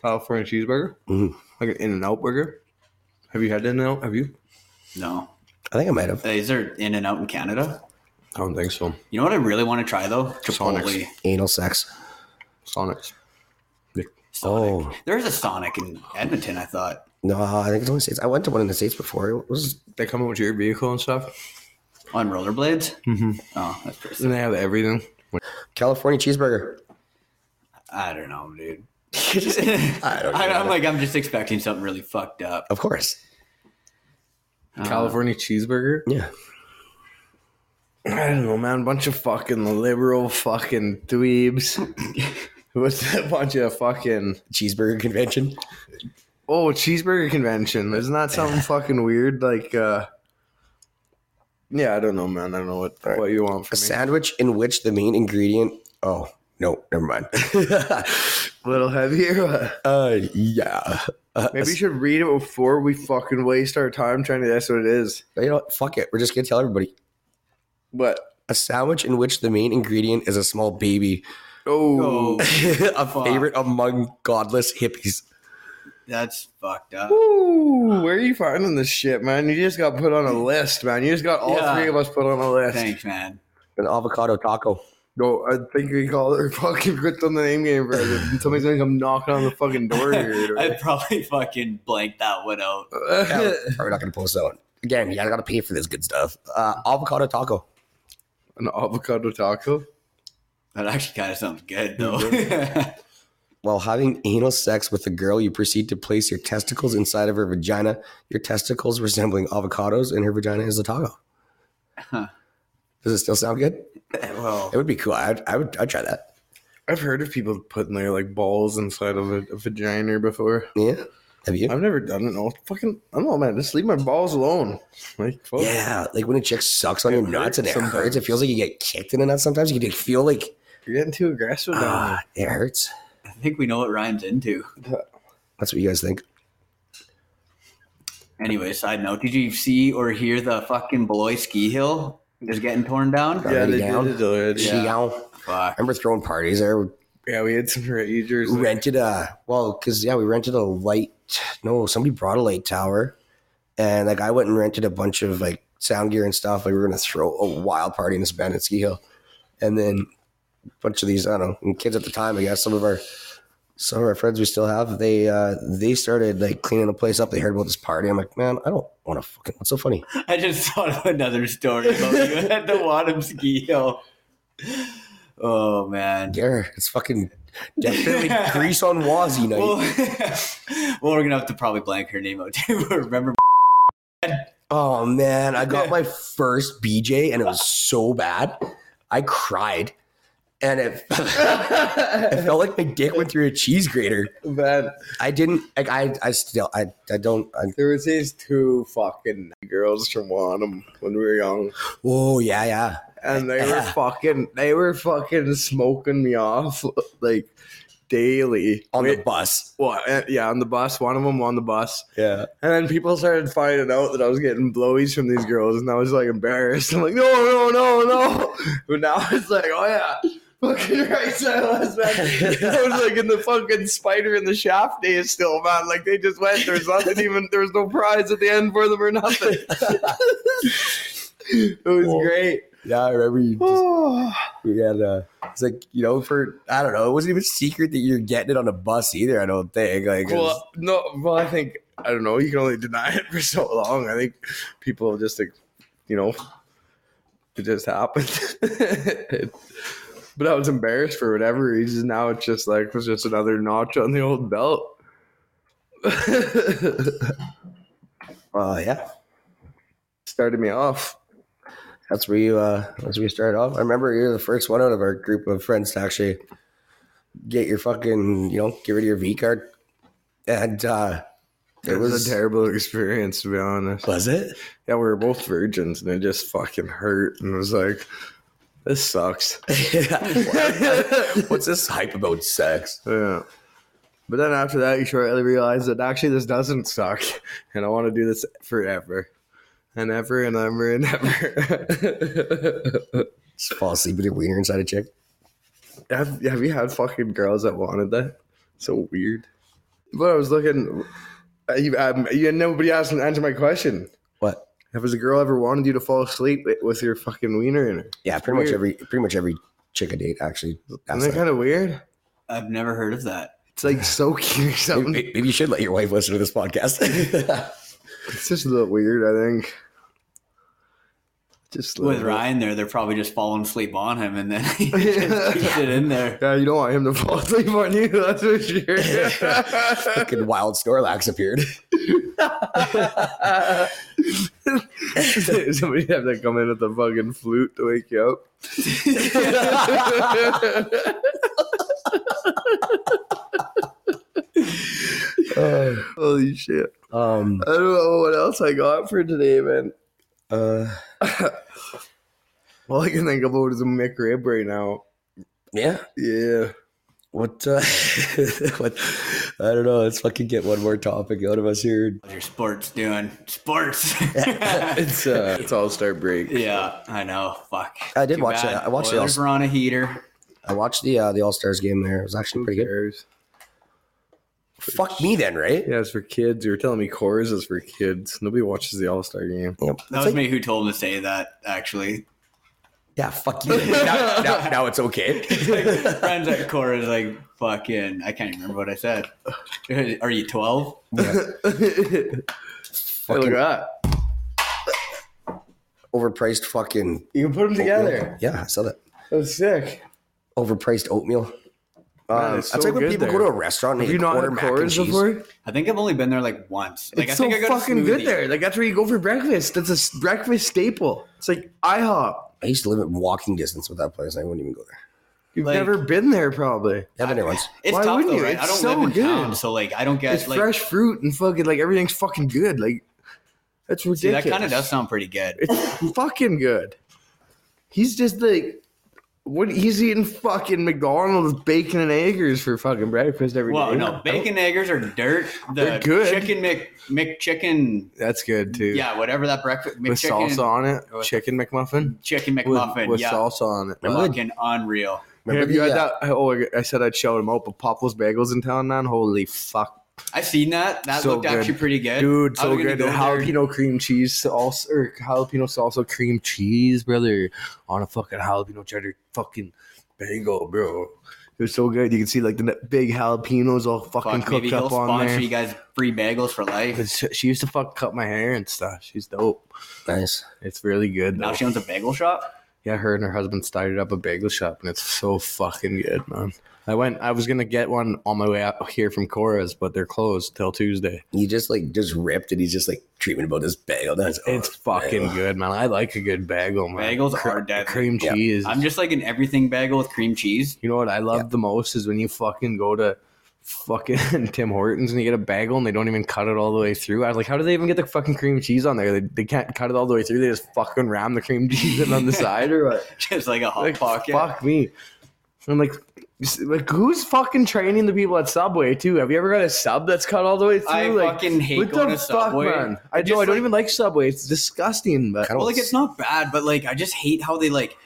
S3: California cheeseburger?
S2: Mhm.
S3: Like an In and Out burger? Have you had In and Out? Have you?
S4: no.
S2: I think I might have
S4: Is there In and Out in Canada?
S3: I don't think so.
S4: You know what I really want to try though? Chipotle.
S3: Sonics.
S2: anal sex.
S3: Sonics.
S4: Sonic.
S2: Oh.
S4: There's a Sonic in Edmonton, I thought.
S2: No, I think it's only states. I went to one in the states before. It was
S3: They come out with your vehicle and stuff.
S4: On rollerblades?
S3: Mm-hmm.
S4: Oh, that's pretty sick.
S3: And they have everything.
S2: California cheeseburger.
S4: I don't know, dude. I
S2: don't
S4: I'm
S2: know.
S4: like, I'm just expecting something really fucked up.
S2: Of course.
S4: Uh,
S3: Oh, California cheeseburger?
S2: Yeah.
S3: I don't know, man. Bunch of fucking liberal fucking dweebs. What's a bunch of fucking
S2: Cheeseburger convention.
S3: oh cheeseburger convention? Isn't that something fucking weird? Like, uh yeah, I don't know, man. I don't know what what you want
S2: A
S3: from me.
S2: sandwich in which the main ingredient. Oh, no, never mind.
S3: A little heavier. uh,
S2: uh, yeah. Uh,
S3: Maybe you should read it before we fucking waste our time trying to guess what it is.
S2: you know what? Fuck it. We're just going to tell everybody.
S3: But
S2: A sandwich in which the main ingredient is a small baby.
S3: oh,
S4: Oh,
S2: a
S4: Fuck.
S2: favorite among godless hippies.
S4: that's fucked up.
S3: Ooh, where are you finding this shit, man? You just got put on a list, man. You just got all
S4: Yeah.
S3: three of us put on a list.
S4: Thanks, man.
S2: An avocado taco.
S3: No, I think we call it fucking quit on the name game for it. Somebody's gonna come knocking on the fucking door here.
S4: I probably fucking blanked that one out.
S2: Yeah, we're probably not going to post that one. Again, you got to pay for this good stuff. Uh, avocado taco.
S3: An avocado taco.
S4: That actually kind of sounds good, though.
S2: While having anal sex with a girl, you proceed to place your testicles inside of her vagina, your testicles resembling avocados, and her vagina is a taco.
S4: Huh.
S2: Does it still sound good?
S4: well,
S2: It would be cool. I would, I would I'd try that.
S3: I've heard of people putting their like balls inside of a, a vagina before.
S2: Yeah. Have you?
S3: I've never done it. No, fucking, I don't know, man. Just leave my balls alone. Like, fuck.
S2: yeah. Like when a chick sucks on
S3: It
S2: your nuts and it
S3: hurts
S2: hurts, it feels like you get kicked in the nuts sometimes. You can feel like,
S3: you're getting too aggressive. down
S2: ah,
S3: there.
S2: it hurts.
S4: I think we know what Ryan's into.
S2: That's what you guys think.
S4: Anyway, side note: Did you see or hear the fucking Beloy ski hill is getting torn down?
S2: Yeah.
S3: Yeah,
S2: already
S3: they
S2: down?
S3: did it already.
S4: Yeah.
S3: Yeah.
S2: She, I
S4: Fuck.
S2: remember throwing parties there.
S3: we had some ragers.
S2: We rented a well because yeah we rented a light no somebody brought a light tower and like i went and rented a bunch of like sound gear and stuff like we were gonna throw a wild party in this band at ski hill and then a bunch of these i don't know kids at the time i guess some of our some of our friends we still have they uh they started like cleaning the place up they heard about this party i'm like man i don't want to fucking what's so funny
S4: I just thought of another story about you at the Wadham ski hill. Oh man.
S2: yeah it's fucking definitely grease on wazi night
S4: Well, well, we're gonna have to probably blank her name out too. but Remember?
S2: Oh man, I got my first BJ and it was so bad. I cried. And it, it felt like my dick went through a cheese grater.
S3: Man,
S2: I didn't like I I still I I don't I,
S3: there was these two fucking girls from Wanham when we were young.
S2: oh yeah yeah.
S3: and they were
S2: Yeah.
S3: fucking they were fucking smoking me off like daily
S2: On
S3: Wait,
S2: the bus.
S3: what uh, yeah on the bus one of them on the bus
S2: Yeah.
S3: and then people started finding out that i was getting blowies from these girls and i was like embarrassed i'm like no no no no but now it's like oh yeah Fucking right side last man. I was like in the fucking spider in the shaft days still, man. Like they just went. There's nothing even there was no prize at the end for them or nothing. it was
S2: Whoa.
S3: great.
S2: Yeah, I remember you just
S3: Oh,
S2: We had uh, it's like you know for I don't know. It wasn't even secret that you're getting it on a bus either. I don't think like it was-
S3: Well, no. Well, I think I don't know. You can only deny it for so long. I think people just like, you know, it just happened. It- but I was embarrassed for whatever reason. Now it's just like it was just another notch on the old belt.
S2: uh, yeah.
S3: Started me off.
S2: That's where you uh, that's where you started off. I remember you're the first one out of our group of friends to actually get your fucking you know get rid of your V card, and uh,
S3: It was a terrible experience, to be honest.
S2: was it?
S3: Yeah, we were both virgins, and it just fucking hurt. And it was like, this sucks.
S2: What's this hype about sex?
S3: Yeah. But then after that, you shortly realize that actually this doesn't suck, and I want to do this forever, and ever and ever and ever.
S2: Just fall asleep with your wiener inside a chick.
S3: have, have you had fucking girls that wanted that? So weird. But I was looking. uh, You, um, you nobody asked answered my question.
S2: What?
S3: Has a girl ever wanted you to fall asleep with your fucking wiener in her?
S2: Yeah, pretty much
S3: Weird.
S2: every pretty much every chick I date actually.
S3: Isn't
S2: asks
S3: that
S2: that.
S3: kind of weird?
S4: I've never heard of that.
S3: It's like so cute.
S2: Maybe,
S3: Something.
S2: maybe you should let your wife listen to this podcast.
S3: It's just a little weird. I think. Just a
S4: With
S3: little bit.
S4: Ryan there, they're probably just falling asleep on him, and then he just keeps it in there.
S3: Yeah, you don't want him to fall asleep on you, that's for sure.
S2: Fucking wild Snorlax appeared.
S3: Somebody have to come in with a fucking flute to wake you up.
S2: Uh.
S3: Holy shit.
S2: Um,
S3: I don't know what else I got for today, man.
S2: uh,
S3: All I can think about is a McRib right now.
S2: yeah.
S3: Yeah.
S2: What? Uh, what? I don't know. Let's fucking get one more topic out of us here.
S4: How's your sports doing? Sports.
S3: It's uh it's all star break.
S4: yeah, I know. Fuck.
S2: I did watch it. I watched it
S4: Oilers
S2: also.
S4: were on a heater.
S2: I watched the uh, the All Stars game there. It was actually
S3: Who
S2: pretty good.
S3: cares?
S2: Fuck me then, right?
S3: Yeah, it's for kids. You were telling me chorus is for kids. Nobody watches the All Star game.
S2: Yep.
S4: That
S2: It's
S4: was
S2: like-
S4: me who told him to say that. Actually,
S2: Yeah. Fuck you. now, now, now it's okay.
S4: friends at core is like fucking. I can't even remember what I said. Are you twelve?
S3: Look
S2: fucking
S3: at that.
S2: overpriced fucking.
S3: You can put them together.
S2: Yeah, I saw that.
S3: That's sick. Uh,
S2: Overpriced oatmeal.
S3: Man,
S2: Um,
S3: it's
S2: that's
S3: so
S2: like when
S3: good
S2: people
S3: there.
S2: go to a restaurant and
S3: Have
S2: they
S3: you not
S2: order
S3: had
S2: mac and
S3: chorus
S2: cheese.
S3: before?
S4: I think I've only been there like once. Like
S3: it's
S4: I
S3: so
S4: think I got
S3: fucking good there. Like that's where you go for breakfast. That's a s- breakfast staple. It's like IHOP.
S2: I used to live at walking distance with that place. I wouldn't even go there.
S3: You've
S4: Like-
S3: never been there, probably.
S2: Haven't I once?
S4: It's
S3: Why
S4: tough
S3: wouldn't
S4: though,
S3: you?
S4: right? I
S3: It's
S4: don't
S3: so
S4: live in
S3: good.
S4: town, so like I don't get
S3: it's
S4: like.
S3: fresh fruit and fucking like everything's fucking good. Like that's
S4: See,
S3: ridiculous.
S4: that kind of does sound pretty good.
S3: It's fucking good. He's just like what he's eating fucking McDonald's bacon and eggers for fucking breakfast every day.
S4: Well, no, bacon eggers are dirt. The
S3: They're good.
S4: chicken Mc McChicken,
S3: That's good too.
S4: yeah, whatever that breakfast
S3: With
S4: McChicken,
S3: salsa on it.
S4: With-
S3: Chicken McMuffin.
S4: chicken
S3: With,
S4: McMuffin,
S3: with
S4: yeah,
S3: salsa on it.
S2: Remember
S4: fucking unreal.
S3: Have
S2: the,
S3: you had
S2: uh,
S3: that? Oh, I- I said I'd shout him out, but Popple's Bagels in town, man. Holy fuck,
S4: I seen that. That
S3: So
S4: looked
S3: good.
S4: actually pretty good,
S3: dude,
S4: I
S3: so
S4: was gonna
S3: good.
S4: go
S3: The
S4: there.
S3: jalapeno cream cheese salsa, or jalapeno salsa cream cheese, brother, on a fucking jalapeno cheddar fucking bagel, bro. It was so good. You can see like the big jalapenos all fucking
S4: Fuck, maybe
S3: cooked
S4: he'll
S3: up on
S4: sponsor
S3: there.
S4: you guys free bagels for life.
S3: 'Cause She she used to fuck cut my hair and stuff. She's dope.
S2: Nice.
S3: It's really good.
S4: Now
S3: Though.
S4: she owns a bagel shop.
S3: Yeah, her and her husband started up a bagel shop, and it's so fucking good, man. I went. I was gonna get one on my way out here from Cora's, but they're closed till Tuesday.
S2: He just like just ripped and he's just like dreaming about this bagel. That's
S3: It's fucking good, man. I like a good bagel, man.
S4: Oh, Bagels are deadly.
S3: cream
S2: Yeah.
S3: cheese.
S4: I'm just like an everything bagel with cream cheese.
S3: you know what I love the most is when you fucking go to fucking Tim Hortons and you get a bagel and they don't even cut it all the way through. I was like, how do they even get the fucking cream cheese on there? They, they can't cut it all the way through. They just fucking ram the cream cheese in on the side or what?
S4: Just like a hot
S3: like,
S4: pocket.
S3: Fuck me. I'm like, s- like who's fucking training the people at Subway too? Have you ever got a sub that's cut all the way through?
S4: I
S3: like,
S4: fucking hate
S3: what
S4: going
S3: the
S4: to
S3: fuck,
S4: Subway.
S3: man? I
S4: It
S3: know I
S4: just,
S3: don't
S4: like-
S3: even like Subway. It's disgusting, but
S2: Kind
S4: Well, like it's not bad, but like I just hate how they like,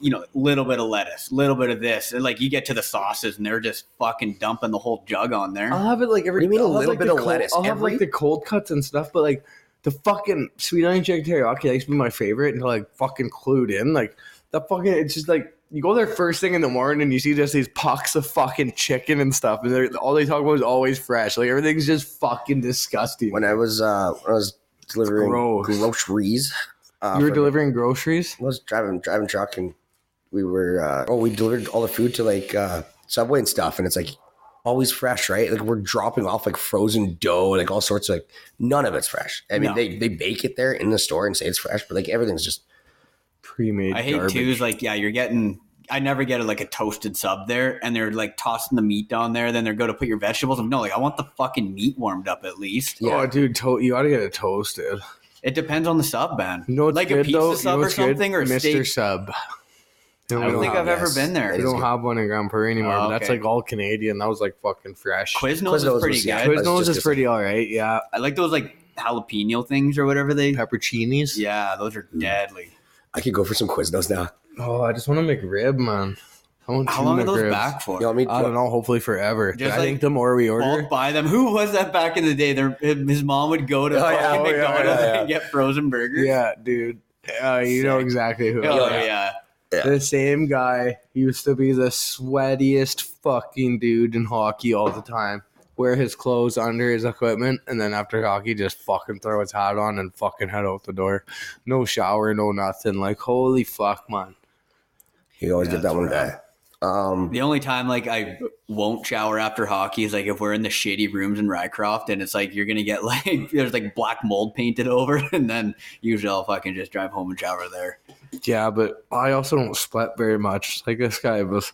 S4: you know, little bit of lettuce, little bit of this, and like you get to the sauces and they're just fucking dumping the whole jug on there.
S3: I'll have it like every.
S2: What do you mean a
S3: I'll have,
S2: little
S3: like,
S2: bit
S3: the
S2: of
S3: cold-
S2: lettuce?
S3: I'll have like
S2: Every-
S3: the cold cuts and stuff, but like the fucking sweet onion chicken teriyaki that used to be my favorite until like fucking clued in. Like that fucking, it's just like you go there first thing in the morning and you see just these pucks of fucking chicken and stuff, and they're- all they talk about is always fresh. Like everything's just fucking disgusting.
S2: When I was uh, when I was delivering
S3: gross.
S2: groceries, uh,
S3: you were
S2: for-
S3: delivering groceries.
S2: I was driving driving truck and we were uh, oh we delivered all the food to like uh, Subway and stuff, and it's like always fresh, right? Like we're dropping off like frozen dough, like all sorts of like none of it's fresh. I mean,
S4: No.
S2: they they bake it there in the store and say it's fresh, but like everything's just
S3: Pre-made.
S4: I hate
S3: garbage.
S4: too is like yeah, you're getting. I never get like a toasted sub there, and they're like tossing the meat down there. Then they're go to put your vegetables. I'm no, like I want the fucking meat warmed up at least.
S2: yeah.
S3: Oh, dude, to- you ought to get it toasted.
S4: It depends on the sub, man.
S3: You know what's
S4: like
S3: good,
S4: a pizza
S3: though? You know
S4: sub or
S3: what's good?
S4: something, or a
S3: Mr.
S4: steak.
S3: Sub.
S4: I don't think I've ever
S2: yes.
S4: been there.
S2: It
S3: We
S2: is
S3: don't
S2: good.
S3: have one in Grand Prairie anymore.
S4: Oh,
S3: but that's
S4: okay.
S3: like all Canadian. That was like fucking fresh.
S4: Quiznos,
S2: Quiznos
S4: is pretty
S2: was-
S4: good.
S2: yeah, Quiznos-
S3: Quiznos
S2: just
S3: is pretty all right. Yeah,
S4: I like those like jalapeno things or whatever they.
S3: pepperoncinis.
S4: Yeah, those are deadly.
S2: I could go for some Quiznos now.
S3: Oh, I just want a McRib, man. I want
S4: How
S3: two
S4: long are those
S3: McRibs.
S4: back for?
S2: You know what I mean?
S3: I don't know. Hopefully forever.
S4: Just
S3: I
S4: like
S3: think the more we order,
S4: Bulk buy them. Who was that back in the day? Their, his mom would go to
S2: Oh, yeah,
S4: fucking
S3: oh, yeah,
S4: McDonald's
S2: yeah, yeah.
S4: and get frozen burgers.
S3: yeah, dude. Uh, you know
S4: Sick.
S3: exactly who.
S4: Oh,
S3: I am.
S4: yeah.
S3: The same guy used to be the sweatiest fucking dude in hockey all the time. Wear his clothes under his equipment, and then after hockey, just fucking throw his hat on and fucking head out the door. No shower, no nothing. Like holy fuck, man.
S2: You always
S4: Yeah,
S2: get that
S4: that's
S2: one guy.
S4: rough.
S2: Um,
S4: The only time like I won't shower after hockey is like if we're in the shitty rooms in Rycroft and it's like you're gonna get like there's like black mold painted over and then usually I'll fucking just drive home and shower there.
S3: Yeah, but I also don't sweat very much. Like this guy was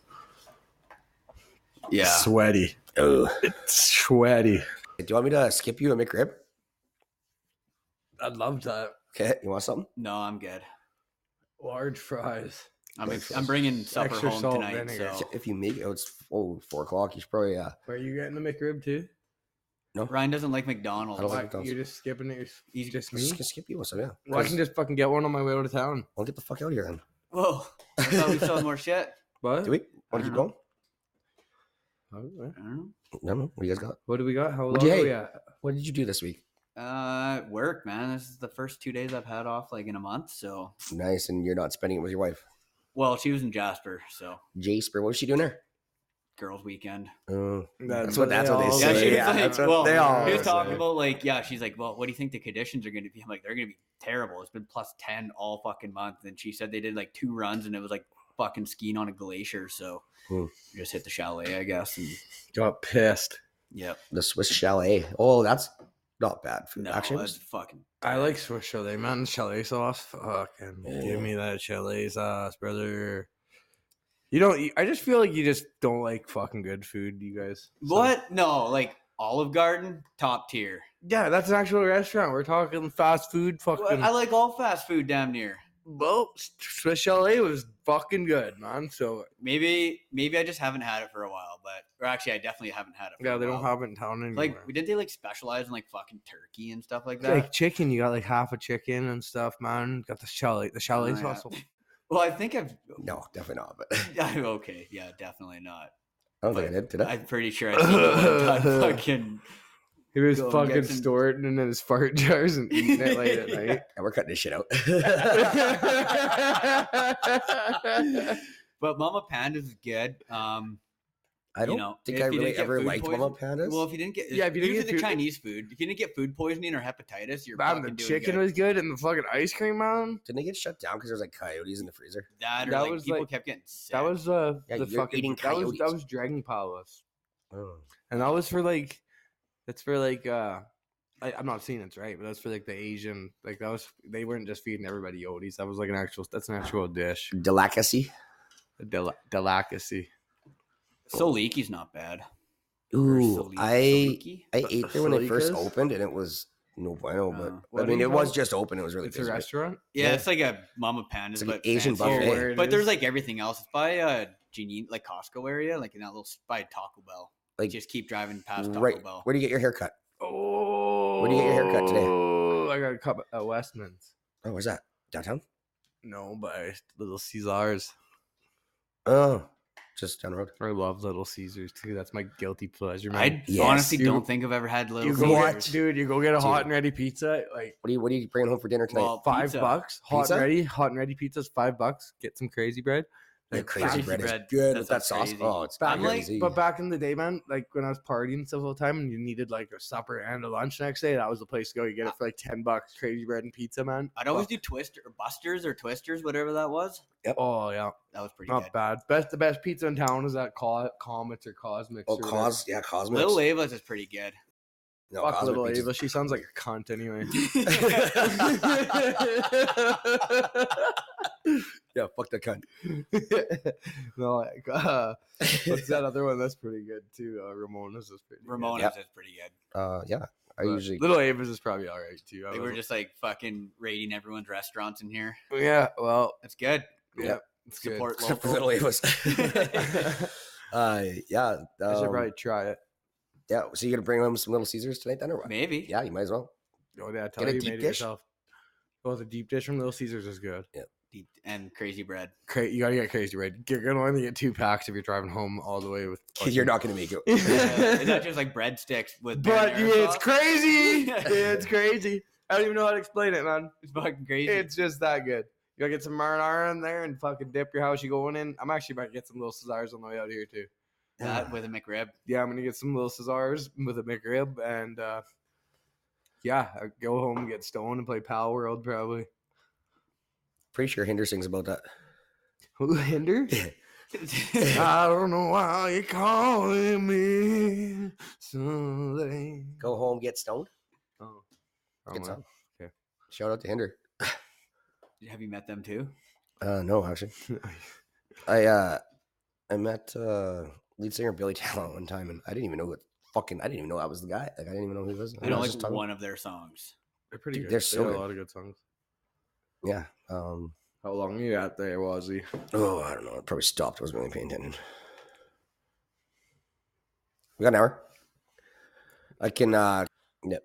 S4: Yeah.
S3: sweaty,
S2: ugh.
S3: sweaty.
S2: Do you want me to skip you a McRib?
S3: I love that
S2: Okay, you want something?
S4: No, I'm good.
S3: large fries.
S4: I'm I'm bringing supper
S3: Extra
S4: home
S3: salt
S4: tonight.
S3: vinegar.
S4: So
S2: If you make it, oh, it's oh, four o'clock. You should probably uh,
S3: Are you getting the McRib too?
S4: Ryan doesn't like
S2: I don't
S4: McDonald's.
S2: like- Why-
S3: You're just skipping it.
S4: He's-
S3: You're just me.
S2: just gonna skip you. So yeah,
S3: Well, I can just fucking get one on my way out of town.
S2: I'll get the fuck out of here then.
S4: Whoa. I thought we saw more shit.
S3: What?
S2: Do we want
S4: uh-huh.
S2: to keep going?
S3: Alright.
S4: I don't
S2: No, no. What do you guys got?
S3: What do we got? How
S2: What'd
S3: long
S2: you
S3: are
S2: hate?
S3: we at?
S2: What did you do this week?
S4: know. Uh work, man. This is the first two days I've had off like in a month, so
S2: Nice, and you're not spending it with your wife,
S4: well, she was in Jasper, so
S2: Jasper. What was she doing there?
S4: girls weekend.
S2: Uh,
S3: That's
S2: what- that's what they
S3: all
S4: Yeah,
S2: say,
S4: she was
S2: Oh, yeah,
S4: like,
S2: that's what
S4: well,
S2: they all
S4: he was
S2: say.
S4: talking about like, yeah, she's like, well, what do you think the conditions are going to be? I'm like, they're going to be terrible. It's been plus ten all fucking month, and she said they did like two runs, and it was like fucking skiing on a glacier. So
S2: Hmm.
S4: you just hit the chalet, I guess. And
S3: Got pissed.
S4: yep,
S2: the Swiss Chalet. Oh, that's not bad food.
S4: no,
S2: Actually, it
S4: that's
S2: was-
S4: fucking.
S3: I like Swiss chalet, man. Chalet sauce. Fucking
S2: Oh.
S3: give me that chalet sauce, brother. You don't. you- I just feel like you just don't like fucking good food, you guys. So-
S4: What? No, like Olive Garden, top tier.
S3: Yeah, that's an actual restaurant. We're talking fast food. Fucking.
S4: I like all fast food damn near.
S3: well, Swiss chalet was fucking good, man. So
S4: Maybe, maybe I just haven't had it for a while, but or actually, I definitely haven't had it. For
S3: yeah,
S4: a
S3: they don't
S4: while.
S3: have it in town anymore.
S4: Like, did they like specialize in like fucking turkey and stuff like
S3: It's
S4: that?
S3: like chicken. You got like half a chicken and stuff, man. Got the chalet, the chalet
S4: Oh, yeah.
S3: sauce.
S4: well, I think I've
S2: no, definitely not. But I
S4: I'm okay. Yeah, definitely not.
S2: don't think I did. Did I?
S4: I'm pretty sure I think I would've done fucking.
S3: He was
S4: Go and
S3: fucking
S4: get some-
S3: storing it in his fart jars and eating it late at
S4: Yeah.
S3: night.
S2: Yeah, we're cutting this shit out.
S4: But Mama Panda's is good. Um,
S2: I don't
S4: know,
S2: think
S4: if
S2: I
S4: you didn't
S2: really
S4: get
S2: ever
S4: food
S2: liked Mama Pandas.
S4: well, if you didn't get
S3: Yeah, if you didn't
S4: usually
S3: get
S4: the
S3: food-
S4: Chinese food, if you didn't get food poisoning or hepatitis, you're
S3: Man, the
S4: fucking doing
S3: chicken
S4: good.
S3: was good and the fucking ice cream, man.
S2: Didn't they get shut down because there was like coyotes in the freezer?
S4: that. Or
S3: that
S4: like
S3: was,
S4: people
S3: like-
S4: kept getting sick.
S3: That was uh,
S2: Yeah,
S3: the
S2: you're
S3: fucking
S2: eating
S3: that was that
S2: coyotes.
S3: was Dragon Palace,
S2: Oh.
S3: and that was for like that's for like uh. I, I'm not saying it's right, but that's for like the Asian, like that was they weren't just feeding everybody yotis. That was like an actual, that's an actual dish,
S2: Delicacy.
S3: a del- delicacy.
S4: so leaky's not bad. Or
S2: Ooh,
S4: Soli-
S2: I
S4: Soliki?
S2: I ate there when it first
S3: Solikas?
S2: opened, and it was no bueno. But
S4: Oh.
S3: What
S2: I
S3: do
S2: mean,
S3: you
S2: it was
S3: call it?
S2: just open. It was really
S3: It's a
S2: busy.
S3: restaurant.
S4: Yeah,
S2: Yeah.
S4: it's like a Mama Panda's,
S2: It's like an
S4: but
S2: Asian
S4: fancier.
S2: buffet.
S3: where it
S4: But
S3: is.
S4: there's like everything else. It's by uh, Janine, like Costco area, like in that little by Taco Bell. Like
S2: Like,
S4: just keep driving past Taco
S2: Right.
S4: Bell.
S2: Where do you get your haircut?
S3: Oh,
S2: do you get your hair cut today?
S3: I got a cut at Westman's.
S2: Oh, where's that? Downtown?
S3: No, but I- Little Caesars.
S2: Oh, just down the road.
S3: I love Little Caesars too. That's my guilty pleasure, man.
S4: I
S2: Yes.
S4: honestly
S3: You-
S4: don't think I've ever had little.
S3: you go
S4: Caesars.
S3: get, dude. You go get a hot
S2: Dude.
S3: and ready pizza, like
S2: What are you What are you bringing home for dinner tonight?
S4: Well,
S3: five
S4: Oh, pizza.
S3: bucks. Hot
S2: Pizza?
S3: and ready, hot and ready pizzas, five bucks. Get some crazy bread.
S2: That crazy
S4: crazy
S2: bread is
S4: bread.
S2: good
S4: That
S2: with that sauce.
S4: sounds crazy.
S2: Oh, it's
S4: I'm like-
S2: crazy.
S3: But back in the day, man, like when I was partying stuff all the time, and you needed like a supper and a lunch next day, that was the place to go. You
S4: Ah.
S3: get it for like ten bucks, crazy bread and pizza, man.
S4: I'd always do Twister or Busters or Twisters, whatever that was.
S3: Oh yeah,
S4: That was pretty
S3: not
S4: good.
S3: bad. Best the best pizza in town is that Co- Comets or Cosmics.
S2: oh,
S3: or whatever.
S2: cos yeah, Cosmos.
S4: Little Ava's is pretty good.
S2: no,
S3: Fuck
S2: Cosmic
S3: little
S2: pizza's
S3: Ava, she sounds like a cunt anyway.
S2: Yeah, fuck that cunt.
S3: no, like, uh, what's that other one? That's pretty good too. Uh, Ramona's is pretty. good.
S4: Ramona's
S2: Yep.
S4: is pretty good.
S2: Uh, yeah, I
S3: But
S2: usually
S3: Little Ava's is probably all right too. I
S4: They were
S3: was-
S4: just like fucking raiding everyone's restaurants in here.
S3: yeah, well,
S4: That's good.
S3: yeah, it's good.
S4: Support
S2: except for
S4: local.
S2: Little Ava's. uh, yeah, um,
S3: I should probably try it.
S2: yeah. So you gonna bring home some Little Caesars tonight then, or what?
S4: Maybe.
S2: Yeah, you might as well.
S3: Oh yeah, tell
S2: Get a
S3: her you
S2: deep
S3: made it
S2: dish?
S3: yourself. Well, the deep dish from Little Caesars is good.
S4: Deep- And crazy bread.
S3: Cra- you gotta get crazy, right? You're gonna only get two packs if you're driving home all the way with.
S2: Oh, You're not gonna make it.
S3: fucking-
S4: Uh, is that just like breadsticks with
S3: but
S4: marinara
S3: yeah, it's
S4: sauce?
S3: crazy. Yeah, it's crazy. I don't even know how to explain it, man.
S4: It's fucking crazy.
S3: It's just that good. You gotta get some marinara in there and fucking dip your house you going in. I'm actually about to get some little Cesars on the way out here too.
S4: that with a McRib.
S3: Yeah, I'm gonna get some little Cesars with a McRib and uh yeah, I go home and get stoned and play Pal World probably.
S2: Pretty sure Henderson's about that.
S3: Who hinder?
S4: Go
S3: I don't know why you're calling me Sunday.
S2: Go home, get stoned.
S3: Oh,
S2: Good
S3: wrong
S2: song.
S3: Okay.
S2: Shout out to Hinder.
S4: Have you met them too?
S2: Uh, no, actually,
S3: one.
S2: I uh, I met uh, lead singer Billy Talent one time, and I didn't even know what fucking. I didn't even know I was the guy. Like I didn't even know who he was.
S4: I know
S2: was
S4: like
S2: just talking-
S4: one of their songs.
S3: They're pretty
S2: Dude,
S3: good.
S2: they're
S3: They
S2: so
S3: got
S2: good.
S3: a lot of good songs.
S2: Yeah. Um.
S3: How long you got there, Wazzy?
S2: Oh, I don't know. It probably stopped. I wasn't really paying attention. We got an hour. I can. uh Yep.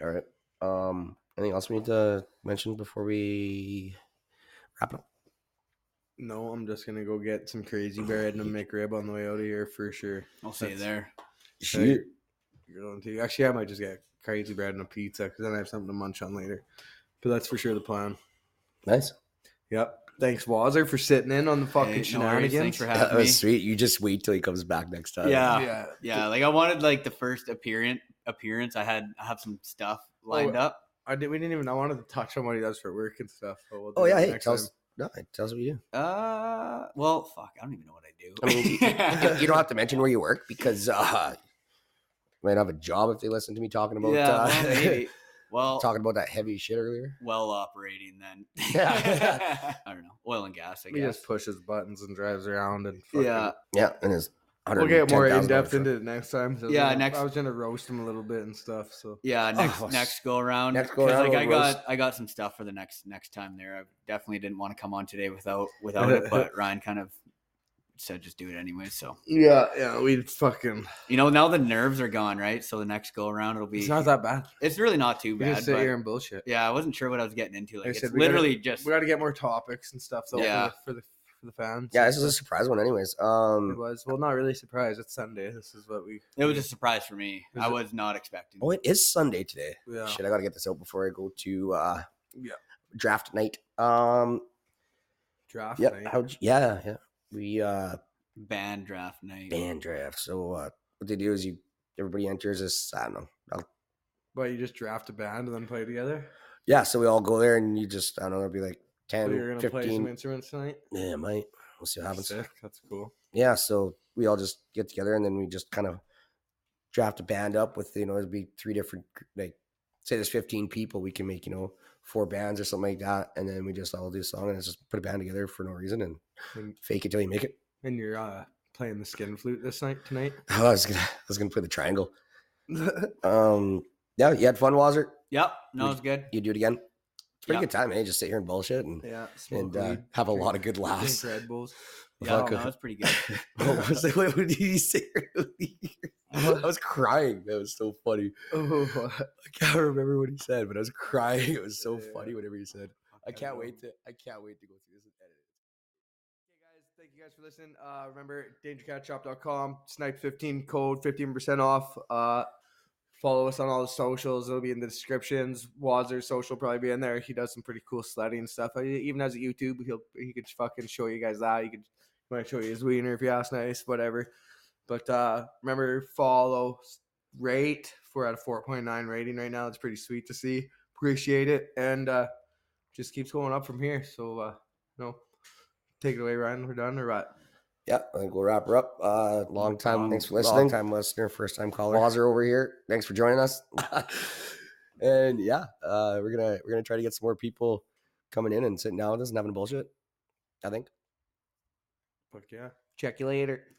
S2: All right. Um. Anything else we need to mention before we wrap it up?
S3: No, I'm just gonna go get some crazy bread and a McRib on the way out of here for sure.
S4: I'll see you
S3: That's-
S4: there.
S3: Shit. You're going to actually, I might just get crazy bread and a pizza because then I have something to munch on later. But that's for sure the plan.
S2: Nice.
S3: Yep. Thanks, Wazer, for sitting in on the fucking
S4: Hey, no worries.
S3: shenanigans.
S4: Thanks for
S2: That
S4: having me.
S2: was sweet. You just wait till he comes back next time.
S4: Yeah.
S3: yeah.
S4: Yeah, like I wanted like the first appearance. Appearance. I had I have some stuff lined
S3: Oh,
S4: up.
S3: I did, we didn't even. I wanted to touch on what he does for work and stuff. But we'll do
S2: Oh yeah.
S3: that
S2: Hey,
S3: next
S2: tell
S3: time.
S2: us. No, tell us what you do.
S4: Uh, well, fuck. I don't even know what I do.
S2: I you you don't have to mention where you work because uh, you might have a job if they listen to me talking about
S4: yeah,
S2: uh,
S4: well, maybe. Well,
S2: talking about that heavy shit earlier.
S4: well operating then.
S2: Yeah.
S4: I don't know. Oil and gas. I
S3: He
S4: guess.
S3: just pushes buttons and drives around and fucking,
S4: yeah.
S2: Yeah, and it's
S3: We'll get more in
S2: $110,000
S3: depth
S2: truck.
S3: into it next time. So I was
S4: Yeah,
S3: gonna-
S4: next-
S3: I was gonna roast him a little bit and stuff. So
S4: Yeah, next
S2: Oh,
S4: next go around.
S2: next go
S4: 'Cause,
S2: around
S4: Like I
S2: we'll
S4: got I got some stuff for the next next time there. I definitely didn't want to come on today without without it, but Ryan kind of said just do it anyway. So
S3: yeah, yeah, we fucking.
S4: you know now the nerves are gone, right? So the next go around it'll be
S3: It's
S4: it's,
S3: not that bad.
S4: really not too
S3: We
S4: bad.
S3: just sit
S4: but-
S3: here and bullshit.
S4: yeah, I wasn't sure what I was getting into. Like
S3: Like I
S4: it's
S3: said, we gotta-
S4: literally just
S3: We got to get more topics and stuff though
S4: Yeah.
S3: for, the, for the for the fans.
S2: Yeah, this is a surprise one, anyways.
S3: it
S2: Um,
S3: was well, not really surprised. It's Sunday. This is what we.
S4: it was a surprise for me.
S3: Is
S4: I
S3: it-
S4: was not expecting.
S2: oh, it is Sunday today.
S3: Yeah.
S2: Shit, I gotta get this out before I go to uh,
S3: Yeah.
S2: draft night. Um,
S3: Draft
S2: yep,
S3: night.
S2: how'd you- yeah, yeah. We uh
S4: Band draft night.
S2: band draft. So uh, what they do is you everybody enters this. I don't know. I'll
S3: But you just draft a band and then play together.
S2: Yeah, so we all go there and you just, I don't know, it'll be like
S3: So
S2: 10,
S3: you're gonna play some
S2: 15.
S3: instruments tonight.
S2: Yeah, it might. We'll see what happens.
S3: Sick. That's cool.
S2: Yeah, so we all just get together and then we just kind of draft a band up with, you know, it'll be three different, like, say there's 15 people, we can make, you know, four bands or something like that. And then we just all do a song and it's just put a band together for no reason and
S3: And,
S2: fake it till you make it.
S3: and you're uh, playing the skin flute this night tonight.
S2: I was gonna, I was gonna play the triangle. Um, yeah, you had fun, Wazzer.
S4: Yep. No,
S2: Would-
S4: it's good.
S2: You do it again. It's a pretty
S4: Yeah.
S2: good time, eh? Just sit here and bullshit and,
S3: yeah.
S2: and uh, have a lot of good laughs.
S3: Drink Red Bulls.
S4: Yeah,
S2: Fuck,
S4: no, it's pretty good.
S2: What was that? What did he say earlier? I was crying. That was so funny.
S3: Oh,
S2: I can't remember what he said, but I was crying. It was so
S3: Yeah.
S2: funny whatever he said. I can't wait to. I can't wait to go through this and edit it.
S3: Hey guys, thank you guys for listening. Uh, remember, dangercatshop.com, snipe15 code, 15% off. Uh, follow us on all the socials. It'll be in the descriptions. Wazer's social will probably be in there. He does some pretty cool sledding and stuff. Uh, He even has a YouTube. He'll he could fucking show you guys that. You could Might show you his wiener if you ask nice, whatever. But uh remember, follow, rate. We're at a 4.9 rating right now. It's pretty sweet to see. Appreciate it. And uh just keeps going up from here. So, uh no, take it away, Ryan. We're done or what?
S2: Yeah, I think we'll wrap her up. Uh, long time,
S4: Long-
S2: thanks for listening.
S4: long
S2: time listener, first time caller. Wazer over here. Thanks for joining us. and yeah, uh, we're gonna we're gonna try to get some more people coming in and sitting down with us and having bullshit. I think.
S3: But yeah. Check you later.